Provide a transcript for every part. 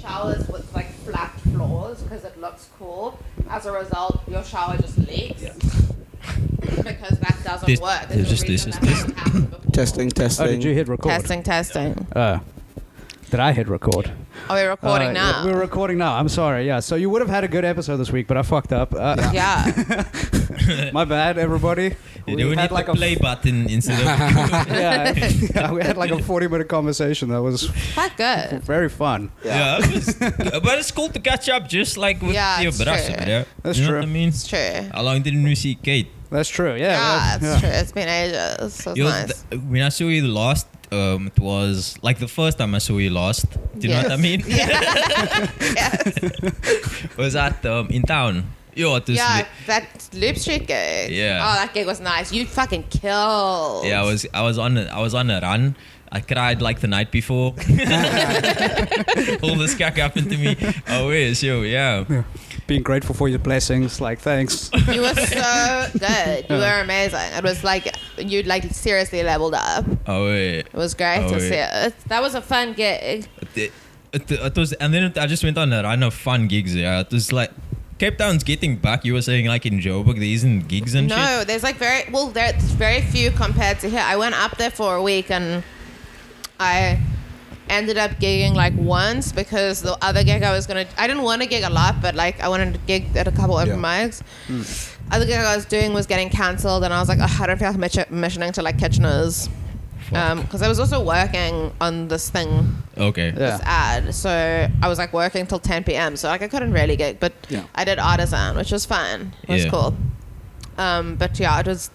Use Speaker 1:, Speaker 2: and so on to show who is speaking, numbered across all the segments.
Speaker 1: showers with like flat floors because it looks cool. As a result, your shower just leaks because that doesn't
Speaker 2: This-
Speaker 1: work. There's
Speaker 2: there's just-
Speaker 1: a reason
Speaker 2: there's
Speaker 1: that hasn't happened before.
Speaker 3: Testing, testing.
Speaker 4: Oh, did you hit record?
Speaker 1: Testing, testing.
Speaker 4: Uh, did I hit record?
Speaker 1: Are we recording
Speaker 4: Uh, yeah,
Speaker 1: now?
Speaker 4: we're recording now. I'm sorry. Yeah. So you would have had a good episode this week, but I fucked up. Uh,
Speaker 1: yeah.
Speaker 4: My bad, everybody.
Speaker 2: They do need like the play button instead of
Speaker 4: yeah, yeah, we had like a 40 minute conversation that was
Speaker 1: Quite good.
Speaker 4: very fun.
Speaker 2: yeah. it was- but it's cool to catch up, just like with
Speaker 1: Yeah,
Speaker 2: your
Speaker 1: it's
Speaker 2: brothers.
Speaker 1: true.
Speaker 2: Yeah,
Speaker 4: That's
Speaker 2: you know
Speaker 4: true.
Speaker 2: What I mean,
Speaker 1: It's true. Yeah,
Speaker 2: how long didn't we see Kate?
Speaker 4: That's true. Yeah.
Speaker 1: it's
Speaker 4: that's-
Speaker 1: true. It's been ages. So it's
Speaker 2: Yo,
Speaker 1: nice.
Speaker 2: th- when I saw you last, um, it was like the first time I saw you last. Do you know what I
Speaker 1: Yes.
Speaker 2: mean?
Speaker 1: yeah,
Speaker 2: was at um, in town. Yo, it was
Speaker 1: yeah
Speaker 2: lit.
Speaker 1: that Loop Street gig.
Speaker 2: Yeah.
Speaker 1: Oh, that gig was nice. You fucking killed.
Speaker 2: Yeah, I was I was on a, I was on a run. I cried like the night before. All this cack happened to me. Oh, yes, yo, yeah.
Speaker 4: Being grateful for your blessings. Like, thanks.
Speaker 1: You were so good. You were amazing. It was like you like seriously leveled up.
Speaker 2: Oh, wait.
Speaker 1: It was great
Speaker 2: Oh,
Speaker 1: to
Speaker 2: yeah.
Speaker 1: see it. That was a fun gig.
Speaker 2: It, it, it was, and then it, I just went on a run of fun gigs. Yeah, it was like Cape Town's getting back. You were saying like in Joburg there isn't gigs and shit.
Speaker 1: no, there's like very well, there's very few compared to here. I went up there for a week and I ended up gigging like once because the other gig I was gonna, I didn't want to gig a lot, but like I wanted to gig at a couple open mics. Other gig I was doing was getting cancelled, and I was like, oh, I don't feel like mitch- missioning to like Kitchener's. Because I was also working on this thing
Speaker 2: Okay.
Speaker 4: Yeah.
Speaker 1: this ad. So I was like working till 10 p.m. So like I couldn't really gig, but
Speaker 4: Yeah.
Speaker 1: I did artisan, which was fun. It was
Speaker 2: Yeah.
Speaker 1: cool. Um, but yeah, it was.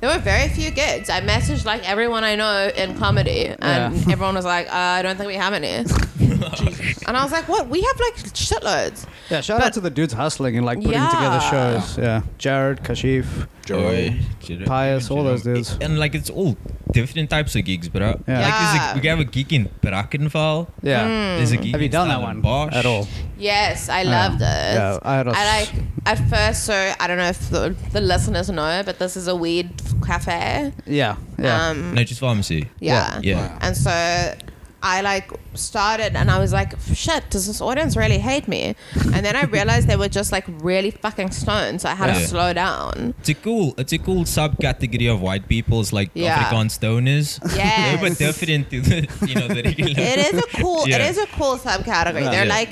Speaker 1: There were very few gigs. I messaged like everyone I know in comedy, and
Speaker 4: Yeah.
Speaker 1: everyone was like, uh, "I don't think we have any." and I was like, "What? We have like shitloads."
Speaker 4: Yeah, shout
Speaker 1: But-
Speaker 4: out to the dudes hustling and like putting together
Speaker 1: Yeah.
Speaker 4: shows. Yeah. Jared, Kashif.
Speaker 2: Joy,
Speaker 4: Pious, all those dudes.
Speaker 2: And like it's all different types of gigs, bro.
Speaker 4: Yeah.
Speaker 2: Like
Speaker 1: Yeah.
Speaker 2: there's a, we have a gig in Brackenfell.
Speaker 1: Hmm.
Speaker 4: Yeah.
Speaker 2: There's a gig
Speaker 4: Have you
Speaker 2: in
Speaker 4: done that one
Speaker 2: Stellenbosch.
Speaker 4: at
Speaker 1: Um,
Speaker 4: all?
Speaker 1: Yes, I loved it.
Speaker 4: Yeah, I had a
Speaker 1: I
Speaker 4: s-
Speaker 1: like at first. So I don't know if the, the listeners know, but this is a weed cafe.
Speaker 4: Yeah. Yeah.
Speaker 1: Um,
Speaker 2: No, just pharmacy.
Speaker 1: Yeah.
Speaker 2: Yeah.
Speaker 3: Wow.
Speaker 1: And so I like started and I was like, shit, does this audience really hate me? And then I realized they were just like really fucking stoned. So I had
Speaker 2: Yeah.
Speaker 1: to slow down.
Speaker 2: It's a cool, it's a cool subcategory of white people. It's like
Speaker 1: Yeah.
Speaker 2: Afrikaans stoners.
Speaker 1: Yes.
Speaker 2: They're a bit different to the, you know, the regular.
Speaker 1: It is a cool,
Speaker 2: Yeah.
Speaker 1: it is a cool subcategory. They're
Speaker 2: Yeah.
Speaker 1: like,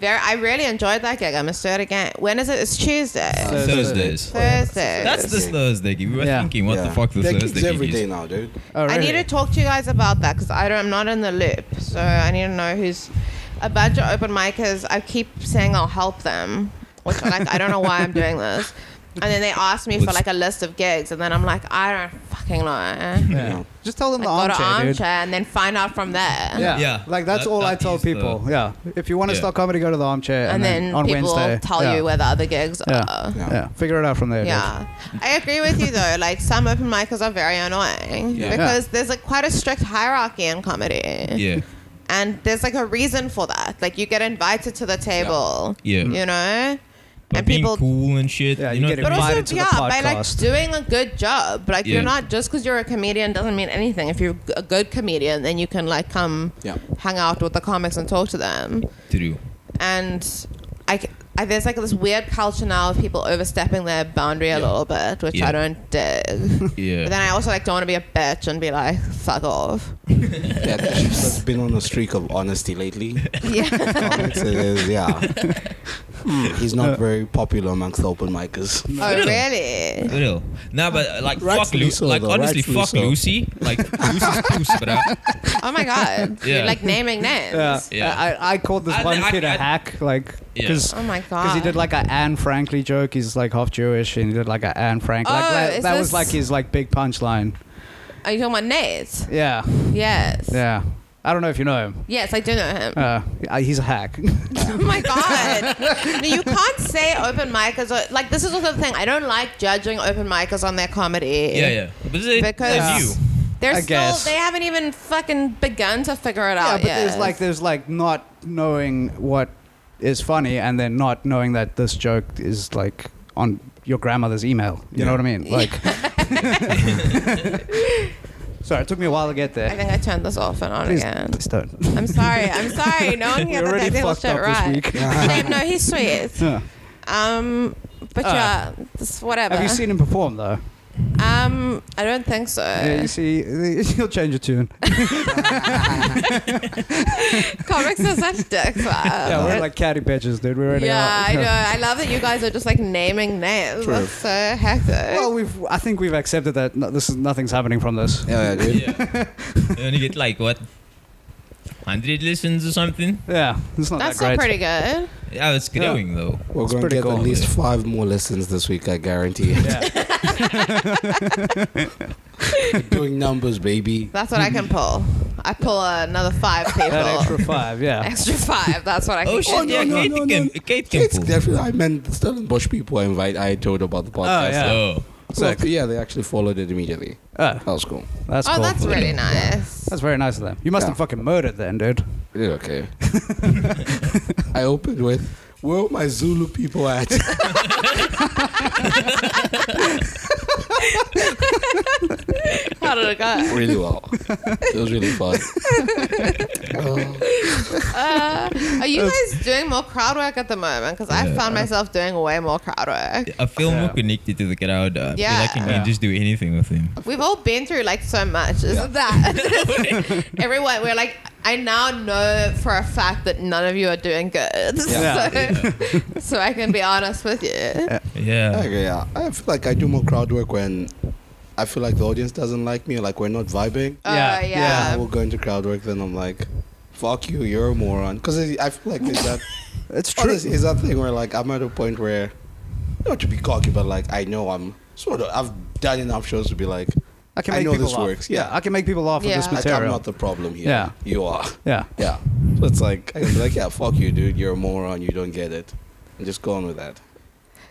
Speaker 1: they're, I really enjoyed that gig. I'm going to do it again. When is it? It's Tuesday.
Speaker 4: So-
Speaker 2: Thursdays.
Speaker 1: Thursday.
Speaker 2: That's this Thursday. gig. We were
Speaker 4: Yeah.
Speaker 2: thinking, what the
Speaker 3: Yeah.
Speaker 2: fuck the
Speaker 3: They're
Speaker 2: Thursday
Speaker 3: gigs every
Speaker 2: gig
Speaker 3: day
Speaker 2: is.
Speaker 3: now, dude.
Speaker 4: oh,
Speaker 1: I need
Speaker 4: really?
Speaker 1: to talk to you guys about that because I don't. I'm not in the loop, so I need to know who's a bunch of open micers. I keep saying I'll help them, which like I don't know why I'm doing this. And then they ask me for
Speaker 2: Let's-
Speaker 1: like a list of gigs, and then I'm like, I don't fucking know.
Speaker 4: Yeah.
Speaker 3: Yeah.
Speaker 4: Just tell them the
Speaker 1: Go to
Speaker 4: armchair, dude.
Speaker 1: armchair and then find out from there.
Speaker 4: Yeah.
Speaker 2: Yeah.
Speaker 4: Like that's
Speaker 2: That-
Speaker 4: all I
Speaker 2: that
Speaker 4: tell
Speaker 2: is the-
Speaker 4: people. yeah. If you want to
Speaker 2: Yeah.
Speaker 4: start comedy, go to the armchair.
Speaker 1: And, then,
Speaker 4: on
Speaker 1: people
Speaker 4: Wednesday,
Speaker 1: tell
Speaker 4: yeah.
Speaker 1: you where the other gigs
Speaker 4: Yeah.
Speaker 1: are.
Speaker 3: Yeah.
Speaker 4: Yeah. Figure it out from there. Yeah.
Speaker 1: Yeah, I agree with you though. Like some open micers are very annoying
Speaker 3: Yeah.
Speaker 1: because there's like quite a strict hierarchy in comedy.
Speaker 2: Yeah.
Speaker 1: and there's like a reason for that. Like you get invited to the table,
Speaker 2: Yeah.
Speaker 1: you know,
Speaker 2: But
Speaker 1: and
Speaker 2: being
Speaker 1: people.
Speaker 2: cool and shit.
Speaker 4: Yeah,
Speaker 2: you
Speaker 4: you
Speaker 2: know,
Speaker 4: get
Speaker 2: but
Speaker 1: But
Speaker 2: also-
Speaker 1: also,
Speaker 4: invited to the
Speaker 1: yeah, by like
Speaker 4: podcast.
Speaker 1: doing a good job. Like
Speaker 2: Yeah.
Speaker 1: you're not just because you're a comedian doesn't mean anything. If you're a good comedian, then you can like come
Speaker 3: Yeah.
Speaker 1: hang out with the comics and talk to them.
Speaker 2: True.
Speaker 1: And I, c- I- there's like this weird culture now of people overstepping their boundary a
Speaker 2: Yeah.
Speaker 1: little bit, which
Speaker 2: Yeah.
Speaker 1: I don't dig.
Speaker 2: Yeah.
Speaker 1: But then I also like don't want to be a bitch and be like fuck off.
Speaker 3: Yeah, she's been on a streak of honesty lately.
Speaker 1: Yeah.
Speaker 3: Comics it is, yeah. Hmm, he's not very popular amongst the open micers.
Speaker 1: oh really?
Speaker 2: For real. Nah, but uh, like fuck
Speaker 3: Rightfully
Speaker 2: Lucy.
Speaker 3: so,
Speaker 2: like
Speaker 3: though.
Speaker 2: honestly,
Speaker 3: Rightfully
Speaker 2: fuck
Speaker 3: so.
Speaker 2: Lucy. Like Lucy's poos, bruh.
Speaker 1: Oh my god.
Speaker 2: Yeah.
Speaker 1: You're like naming names.
Speaker 4: Yeah.
Speaker 2: Yeah.
Speaker 4: I, I called this
Speaker 2: I-
Speaker 4: one
Speaker 2: I-
Speaker 4: kid a
Speaker 2: I-
Speaker 4: hack, like,
Speaker 2: Yeah.
Speaker 4: because
Speaker 1: Oh my
Speaker 4: he
Speaker 1: God.
Speaker 4: did like a Anne Frankly joke. He's like half Jewish, and he did like a Anne Frank. like,
Speaker 1: Oh,
Speaker 4: that,
Speaker 1: is
Speaker 4: that was
Speaker 1: this-
Speaker 4: like his like big punchline.
Speaker 1: Are you talking about Nate?
Speaker 4: Yeah,
Speaker 1: Yes.
Speaker 4: yeah. I don't know if you know him.
Speaker 1: Yes, I do know him.
Speaker 4: Uh, I- he's a hack.
Speaker 1: oh my god! no, you can't say open micers. Or, like this is also the thing. I don't like judging open micers on their comedy.
Speaker 2: Yeah, yeah. But they,
Speaker 1: Because-
Speaker 2: they're new.
Speaker 1: They're
Speaker 4: I
Speaker 1: still.
Speaker 4: guess.
Speaker 1: They haven't even fucking begun to figure it
Speaker 4: yeah,
Speaker 1: out
Speaker 4: but
Speaker 1: yet.
Speaker 4: there's like there's like not knowing what is funny, and then not knowing that this joke is like on your grandmother's email. You know what I mean? Like, Sorry, it took me a while to get there.
Speaker 1: I think I turned this off and on
Speaker 4: please,
Speaker 1: again.
Speaker 4: please don't.
Speaker 1: I'm sorry. I'm sorry. No one can
Speaker 4: We
Speaker 1: get the
Speaker 4: already
Speaker 1: technical
Speaker 4: fucked
Speaker 1: shit
Speaker 4: up this
Speaker 1: right.
Speaker 4: week.
Speaker 1: But no, no, he's sweet.
Speaker 4: Yeah.
Speaker 1: Um, but
Speaker 4: Uh,
Speaker 1: yeah, this, whatever.
Speaker 4: Have you seen him perform though?
Speaker 1: Um, I don't think so.
Speaker 4: yeah, you see, he'll change a tune.
Speaker 1: Comics are such dicks. Wow.
Speaker 4: yeah, we're like catty bitches, dude. We're already
Speaker 1: Oh, Yeah,
Speaker 4: out.
Speaker 1: I know. I love that you guys are just like naming names.
Speaker 3: True.
Speaker 1: That's so hectic.
Speaker 4: Well, we've. I think we've accepted that no, this is nothing's happening from this.
Speaker 3: Yeah, yeah, dude.
Speaker 2: yeah. You only get like what, hundred listens or something?
Speaker 4: Yeah, it's not
Speaker 1: That's still
Speaker 4: that great.
Speaker 1: pretty good.
Speaker 2: Yeah, it's growing though.
Speaker 3: We're
Speaker 4: It's
Speaker 3: going to
Speaker 4: pretty
Speaker 3: get
Speaker 4: cool.
Speaker 3: at least five more listens this week, I guarantee it.
Speaker 4: Yeah.
Speaker 3: Doing numbers, baby.
Speaker 1: That's what I can pull. I pull another five people.
Speaker 4: that
Speaker 1: extra,
Speaker 4: extra five. Yeah.
Speaker 1: five. That's what I can
Speaker 2: Oh shit!
Speaker 1: pull.
Speaker 2: yeah,
Speaker 3: no,
Speaker 2: Kate
Speaker 3: no,
Speaker 2: can.
Speaker 3: no.
Speaker 2: Kate can
Speaker 3: It's
Speaker 2: pull.
Speaker 3: definitely, I meant the Stellenbosch people I invite, I told about the podcast.
Speaker 4: yeah.
Speaker 2: Oh,
Speaker 3: So, yeah, they actually followed it immediately.
Speaker 4: Oh,
Speaker 3: That was cool.
Speaker 4: that's
Speaker 1: oh,
Speaker 4: cool.
Speaker 1: that's really nice.
Speaker 4: That's very nice of them. You must
Speaker 3: Yeah.
Speaker 4: have fucking murdered then, dude.
Speaker 3: Yeah, okay. I opened with, where are my Zulu people at?
Speaker 1: How did it go?
Speaker 3: really well. It was really fun. Uh,
Speaker 1: Uh, are you guys doing more crowd work at the moment? Because I
Speaker 2: Yeah.
Speaker 1: found myself doing way more crowd work.
Speaker 2: I feel more
Speaker 4: Yeah.
Speaker 2: connected to the crowd.
Speaker 1: Yeah.
Speaker 2: Uh, yeah, like you
Speaker 4: Yeah.
Speaker 2: can just do anything with him.
Speaker 1: We've all been through like so much, isn't that? Everyone, we're like, I now know for a fact that none of you are doing good.
Speaker 4: Yeah.
Speaker 1: So, so I can be honest with you.
Speaker 2: Yeah,
Speaker 3: okay, yeah. I feel like I do more crowd work when I feel like the audience doesn't like me, like we're not vibing.
Speaker 1: Oh,
Speaker 4: Yeah,
Speaker 1: yeah.
Speaker 4: yeah,
Speaker 3: I will go into crowd work, then I'm like, fuck you, you're a moron. Because I feel like there's that,
Speaker 4: It's
Speaker 3: oh,
Speaker 4: true.
Speaker 3: there's- there's that thing where like I'm at a point where, not to be cocky, but like I know I'm sort of, I've done enough shows to be like,
Speaker 4: I can
Speaker 3: I
Speaker 4: make
Speaker 3: know
Speaker 4: people
Speaker 3: this
Speaker 4: laugh.
Speaker 3: works, yeah.
Speaker 4: I can make people laugh
Speaker 1: Yeah.
Speaker 4: with this
Speaker 3: like I'm
Speaker 4: material.
Speaker 3: not the problem here.
Speaker 4: Yeah.
Speaker 3: You are.
Speaker 4: yeah.
Speaker 3: Yeah. So it's like, I can be like, yeah, fuck you, dude, you're a moron, you don't get it. And just go on with that.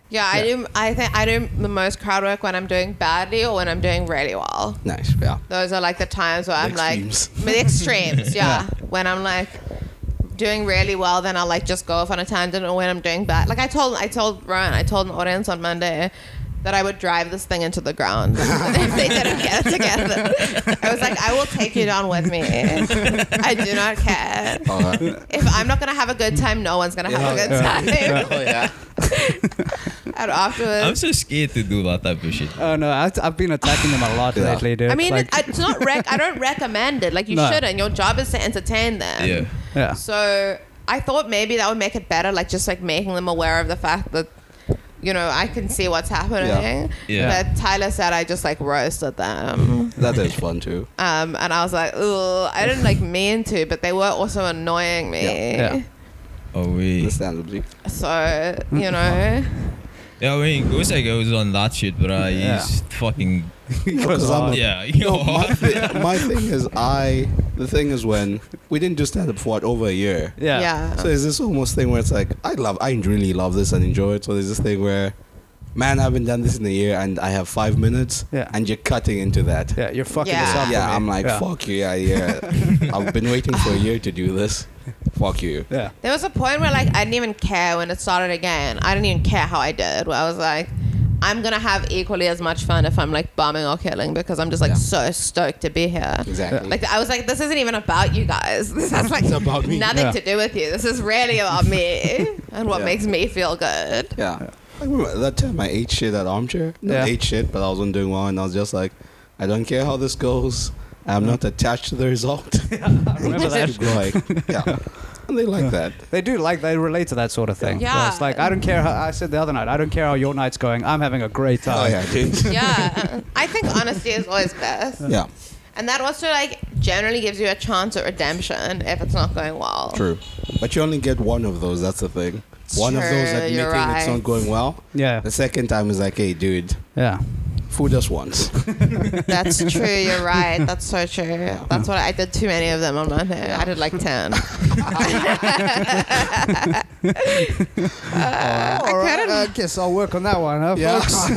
Speaker 1: Yeah, I
Speaker 4: Yeah.
Speaker 1: do. I think I do the most crowd work when I'm doing badly or when I'm doing really well.
Speaker 3: Nice, yeah.
Speaker 1: Those are like the times where I'm
Speaker 3: Extremes.
Speaker 1: like the extremes. Yeah. when I'm like doing really well, then I'll like just go off on a tangent. Or when I'm doing bad, like I told I told Ryan, I told an audience on Monday that I would drive this thing into the ground if they didn't get it together. I was like, I will take you down with me. I do not care.
Speaker 3: All right.
Speaker 1: If I'm not gonna have a good time, no one's gonna have a good time.
Speaker 3: oh, yeah.
Speaker 1: And afterwards,
Speaker 2: I'm so scared to do that type of shit.
Speaker 4: Oh no, I, I've been attacking them a lot
Speaker 3: Yeah.
Speaker 4: lately, dude.
Speaker 1: I mean,
Speaker 4: Like-
Speaker 1: it, it's not. Rec- I don't recommend it. Like you
Speaker 4: No.
Speaker 1: shouldn't. Your job is to entertain them.
Speaker 2: Yeah.
Speaker 4: yeah.
Speaker 1: So I thought maybe that would make it better. Like just like making them aware of the fact that, you know, I can see what's happening.
Speaker 2: Yeah.
Speaker 1: But Tyler said I just like roasted them,
Speaker 3: That is fun too.
Speaker 1: um, and I was like, ooh, I didn't like mean to, but they were also annoying me.
Speaker 4: Yeah. Yeah.
Speaker 2: Oh wait.
Speaker 3: Understandably.
Speaker 1: So you know,
Speaker 2: Yeah, I mean, Gosa goes on that shit, but uh,
Speaker 4: Yeah. Oh.
Speaker 2: he's fucking
Speaker 3: Because I'm a-
Speaker 2: yeah.
Speaker 3: No, my, thi- my thing is, I. The thing is, when we didn't do stand up for what, over a year.
Speaker 4: yeah.
Speaker 3: So there's this almost thing where it's like, I love, I really love this and enjoy it. So there's this thing where, man, I haven't done this in a year and I have five minutes
Speaker 4: Yeah.
Speaker 3: and you're cutting into that.
Speaker 4: Yeah, you're fucking
Speaker 1: Yeah.
Speaker 4: this up. for
Speaker 3: Yeah,
Speaker 4: me.
Speaker 3: I'm like,
Speaker 4: yeah.
Speaker 3: fuck you, yeah, yeah. I've been waiting for a year to do this. Fuck you.
Speaker 4: Yeah.
Speaker 1: There was a point where like I didn't even care when it started again. I didn't even care how I did. Where I was like, I'm gonna have equally as much fun if I'm like bombing or killing because I'm just like
Speaker 3: Yeah.
Speaker 1: so stoked to be here.
Speaker 3: Exactly.
Speaker 1: Like I was like, this isn't even about you guys. This has like
Speaker 3: It's about me.
Speaker 1: nothing
Speaker 4: Yeah.
Speaker 1: to do with you. This is really about me and what
Speaker 3: Yeah.
Speaker 1: makes me feel good.
Speaker 3: Yeah. I remember that time I ate shit at Armchair. No,
Speaker 4: Yeah.
Speaker 3: ate shit, but I wasn't doing well, and I was just like, I don't care how this goes. I'm not attached to the result.
Speaker 4: I remember
Speaker 3: Just
Speaker 4: that.
Speaker 3: keep going. Yeah. And they like that.
Speaker 4: They do like they relate to that sort of thing.
Speaker 1: Yeah.
Speaker 4: It's like I don't care how I said the other night, I don't care how your night's going. I'm having a great time.
Speaker 3: Oh, yeah, dude.
Speaker 1: Yeah, I think honesty is always best,
Speaker 3: yeah.
Speaker 1: and that also like generally gives you a chance at redemption if it's not going well.
Speaker 3: True. But you only get one of those, that's the thing. One of those
Speaker 1: True, you're
Speaker 3: admitting it's
Speaker 1: right.
Speaker 3: not going well.
Speaker 4: Yeah.
Speaker 3: The second time is like, hey, dude,
Speaker 4: Yeah.
Speaker 3: food us once.
Speaker 1: That's true. You're right. That's so true. That's what I did. Too many of them on Monday. I did like ten.
Speaker 4: All right. I guess I'll work on that one, huh,
Speaker 3: Yeah.
Speaker 4: folks?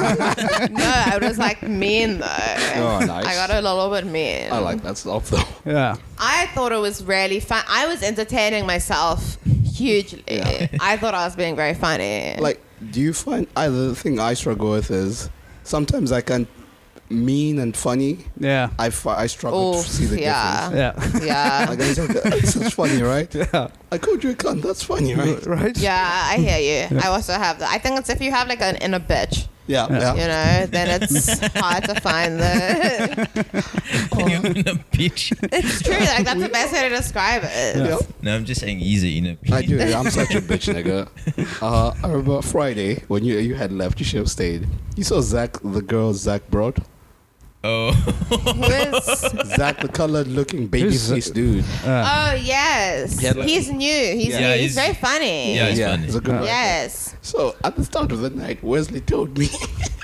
Speaker 1: No, I was like mean though. Oh,
Speaker 3: nice.
Speaker 1: I got a little bit mean.
Speaker 3: I like that stuff, though.
Speaker 4: yeah.
Speaker 1: I thought it was really fun. I was entertaining myself hugely.
Speaker 3: Yeah.
Speaker 1: I thought I was being very funny.
Speaker 3: Like, do you find either the thing I struggle with is sometimes I can't mean and funny,
Speaker 4: Yeah.
Speaker 3: I, fi- I struggle
Speaker 1: Oof,
Speaker 3: to see the
Speaker 1: yeah.
Speaker 3: difference.
Speaker 4: Yeah.
Speaker 1: Yeah.
Speaker 3: Like, it's like, "That's- that's funny, right?
Speaker 4: Yeah.
Speaker 3: I called you a cunt. That's funny, right?
Speaker 4: Right?
Speaker 1: Yeah, I hear you. I also have that. I think it's if you have like an inner bitch,
Speaker 3: Yeah,
Speaker 4: Yeah.
Speaker 3: yeah.
Speaker 1: you know, then it's hard to find
Speaker 3: Uh.
Speaker 1: the.
Speaker 4: Oh.
Speaker 2: You're in a bitch.
Speaker 1: it's true. Like that's the best way to describe it.
Speaker 3: Yeah.
Speaker 2: No, I'm just saying he's in a bitch.
Speaker 3: I do. I'm such a bitch, nigga. Uh, I remember Friday when you you had left. You should have stayed. You saw Zach, the girl Zach brought.
Speaker 2: Oh.
Speaker 1: Who is-
Speaker 3: Zach, the colored-looking
Speaker 4: Who's
Speaker 3: baby-faced dude.
Speaker 4: Uh,
Speaker 1: oh yes,
Speaker 3: Yeah, like-
Speaker 1: he's new. He's
Speaker 2: Yeah,
Speaker 1: new. He's,
Speaker 2: he's-
Speaker 1: very funny.
Speaker 2: Yeah, he's
Speaker 3: yeah,
Speaker 2: funny.
Speaker 3: he's a good writer.
Speaker 1: Yes.
Speaker 3: So at the start of the night, Wesley told me,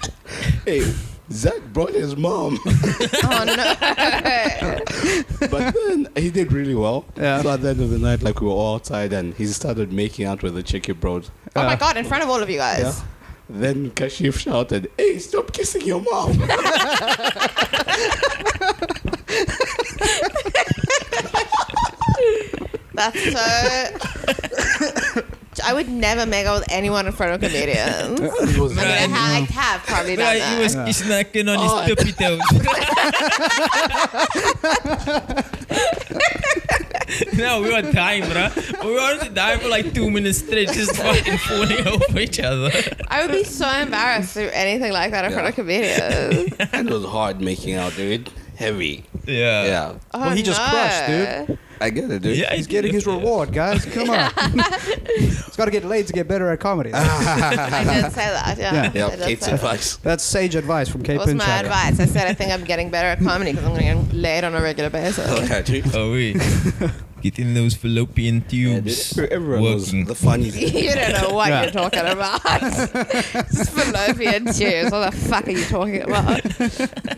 Speaker 3: "Hey, Zach brought his mom,"
Speaker 1: Oh no.
Speaker 3: but then he did really well.
Speaker 4: Yeah.
Speaker 3: So at the end of the night, like we were all outside, and he started making out with the chick he brought.
Speaker 1: oh my
Speaker 4: Uh,
Speaker 1: god! In front of all of you guys.
Speaker 3: Yeah. Then Kashif shouted, "Hey, stop kissing your mom!"
Speaker 1: That's so. I would never make out with anyone in front of comedians. I
Speaker 3: It was
Speaker 1: mean, I,
Speaker 2: Right.
Speaker 1: ha- I have probably done
Speaker 2: Right,
Speaker 1: that.
Speaker 2: he was
Speaker 4: Yeah.
Speaker 2: snacking on
Speaker 3: Oh, I-
Speaker 2: his tippy toes. no, we were dying, bruh. We wanted to die for like two minutes straight, just fucking falling over each other.
Speaker 1: I would be so embarrassed to do anything like that in front of comedians.
Speaker 3: And it was hard making out, dude. Heavy.
Speaker 2: Yeah.
Speaker 3: yeah.
Speaker 1: Oh,
Speaker 4: Well, he just
Speaker 1: no.
Speaker 4: crushed, dude.
Speaker 3: I get it, dude.
Speaker 2: Yeah.
Speaker 4: He's getting his reward, guys. Come on. He's got to get laid to get better at comedy.
Speaker 3: Ah.
Speaker 1: I did say that. Yeah. I
Speaker 4: Yeah.
Speaker 3: Yeah,
Speaker 1: did say
Speaker 3: Kate's
Speaker 1: that.
Speaker 3: advice.
Speaker 4: That's sage advice from Kate
Speaker 1: That was my
Speaker 4: Pinchak.
Speaker 1: advice. I said I think I'm getting better at comedy because I'm going to get laid on a regular basis.
Speaker 3: Okay, dude.
Speaker 2: Oh, wait. Getting those fallopian tubes.
Speaker 3: Everyone was
Speaker 2: working.
Speaker 3: the funny thing.
Speaker 1: you don't know what
Speaker 4: Yeah.
Speaker 1: you're talking about. It's fallopian tubes. What the fuck are you talking about?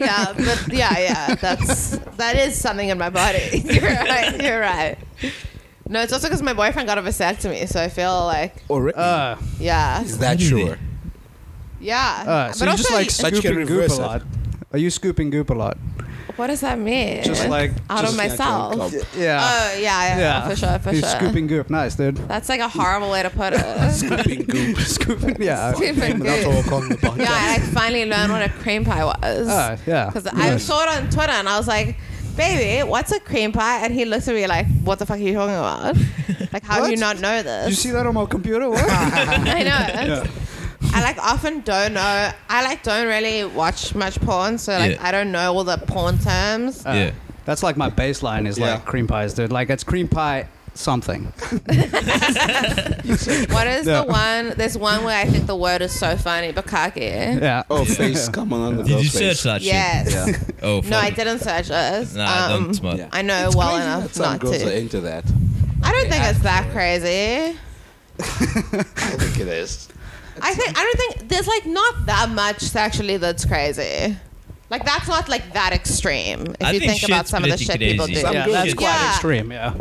Speaker 1: yeah, but yeah, yeah. That's that is something in my body. You're right. You're right. No, it's also because my boyfriend got a vasectomy, so I feel like
Speaker 3: Or
Speaker 4: Uh,
Speaker 1: yeah,
Speaker 3: is that sure?
Speaker 1: yeah.
Speaker 4: uh, so you just like
Speaker 3: But you can
Speaker 4: scooping goop a
Speaker 3: reverse it.
Speaker 4: lot. Are you scooping goop a lot?
Speaker 1: Uh, what does that mean?
Speaker 4: Just like
Speaker 1: out of
Speaker 3: Just like
Speaker 1: myself.
Speaker 3: drunk up.
Speaker 4: yeah.
Speaker 1: Oh yeah, yeah, yeah, for sure, for
Speaker 4: He's
Speaker 1: sure.
Speaker 4: scooping goop. Nice, dude.
Speaker 1: That's like a horrible way to put it.
Speaker 3: Scooping goop.
Speaker 4: scooping. Yeah.
Speaker 1: Scooping
Speaker 3: That's
Speaker 1: goop.
Speaker 3: all called the podcast.
Speaker 1: yeah, I like, finally learned what a cream pie was.
Speaker 4: Ah, yeah.
Speaker 1: Because I
Speaker 4: Nice.
Speaker 1: saw it on Twitter and I was like, baby, what's a cream pie? And he looked at me like, what the fuck are you talking about? Like, how do you not
Speaker 4: What?
Speaker 1: know this?
Speaker 4: You see that on my computer? What?
Speaker 1: I know. I like often don't know. I like don't really watch much porn, so like
Speaker 2: Yeah.
Speaker 1: I don't know all the porn terms.
Speaker 4: Uh,
Speaker 2: Yeah.
Speaker 4: That's like my baseline is
Speaker 3: Yeah.
Speaker 4: like cream pies, dude. Like it's cream pie something.
Speaker 1: what is
Speaker 4: Yeah.
Speaker 1: the one? There's one where I think the word is so funny, bukkake.
Speaker 4: Yeah.
Speaker 3: Oh, face. Come on. under
Speaker 2: Did you
Speaker 3: those face.
Speaker 2: search that
Speaker 1: Yes.
Speaker 3: Yeah.
Speaker 2: shit? Oh, fuck.
Speaker 1: No, I didn't Um, search this.
Speaker 2: Nah, don't smart.
Speaker 3: Yeah.
Speaker 1: I know
Speaker 3: It's
Speaker 1: well
Speaker 3: crazy
Speaker 1: enough
Speaker 3: that some
Speaker 1: not
Speaker 3: girls are
Speaker 1: to.
Speaker 3: into that.
Speaker 1: I don't think it's that
Speaker 3: Actually.
Speaker 1: crazy.
Speaker 3: I think it is.
Speaker 1: I think I don't think there's like not that much sexually that's crazy. Like that's not like that extreme. If
Speaker 2: I
Speaker 1: you
Speaker 2: think
Speaker 1: think, about
Speaker 2: shit's
Speaker 1: some of the shit
Speaker 2: pretty
Speaker 1: people do,
Speaker 2: crazy.
Speaker 4: Yeah,
Speaker 3: good.
Speaker 4: that's quite
Speaker 1: Yeah.
Speaker 4: extreme. Yeah.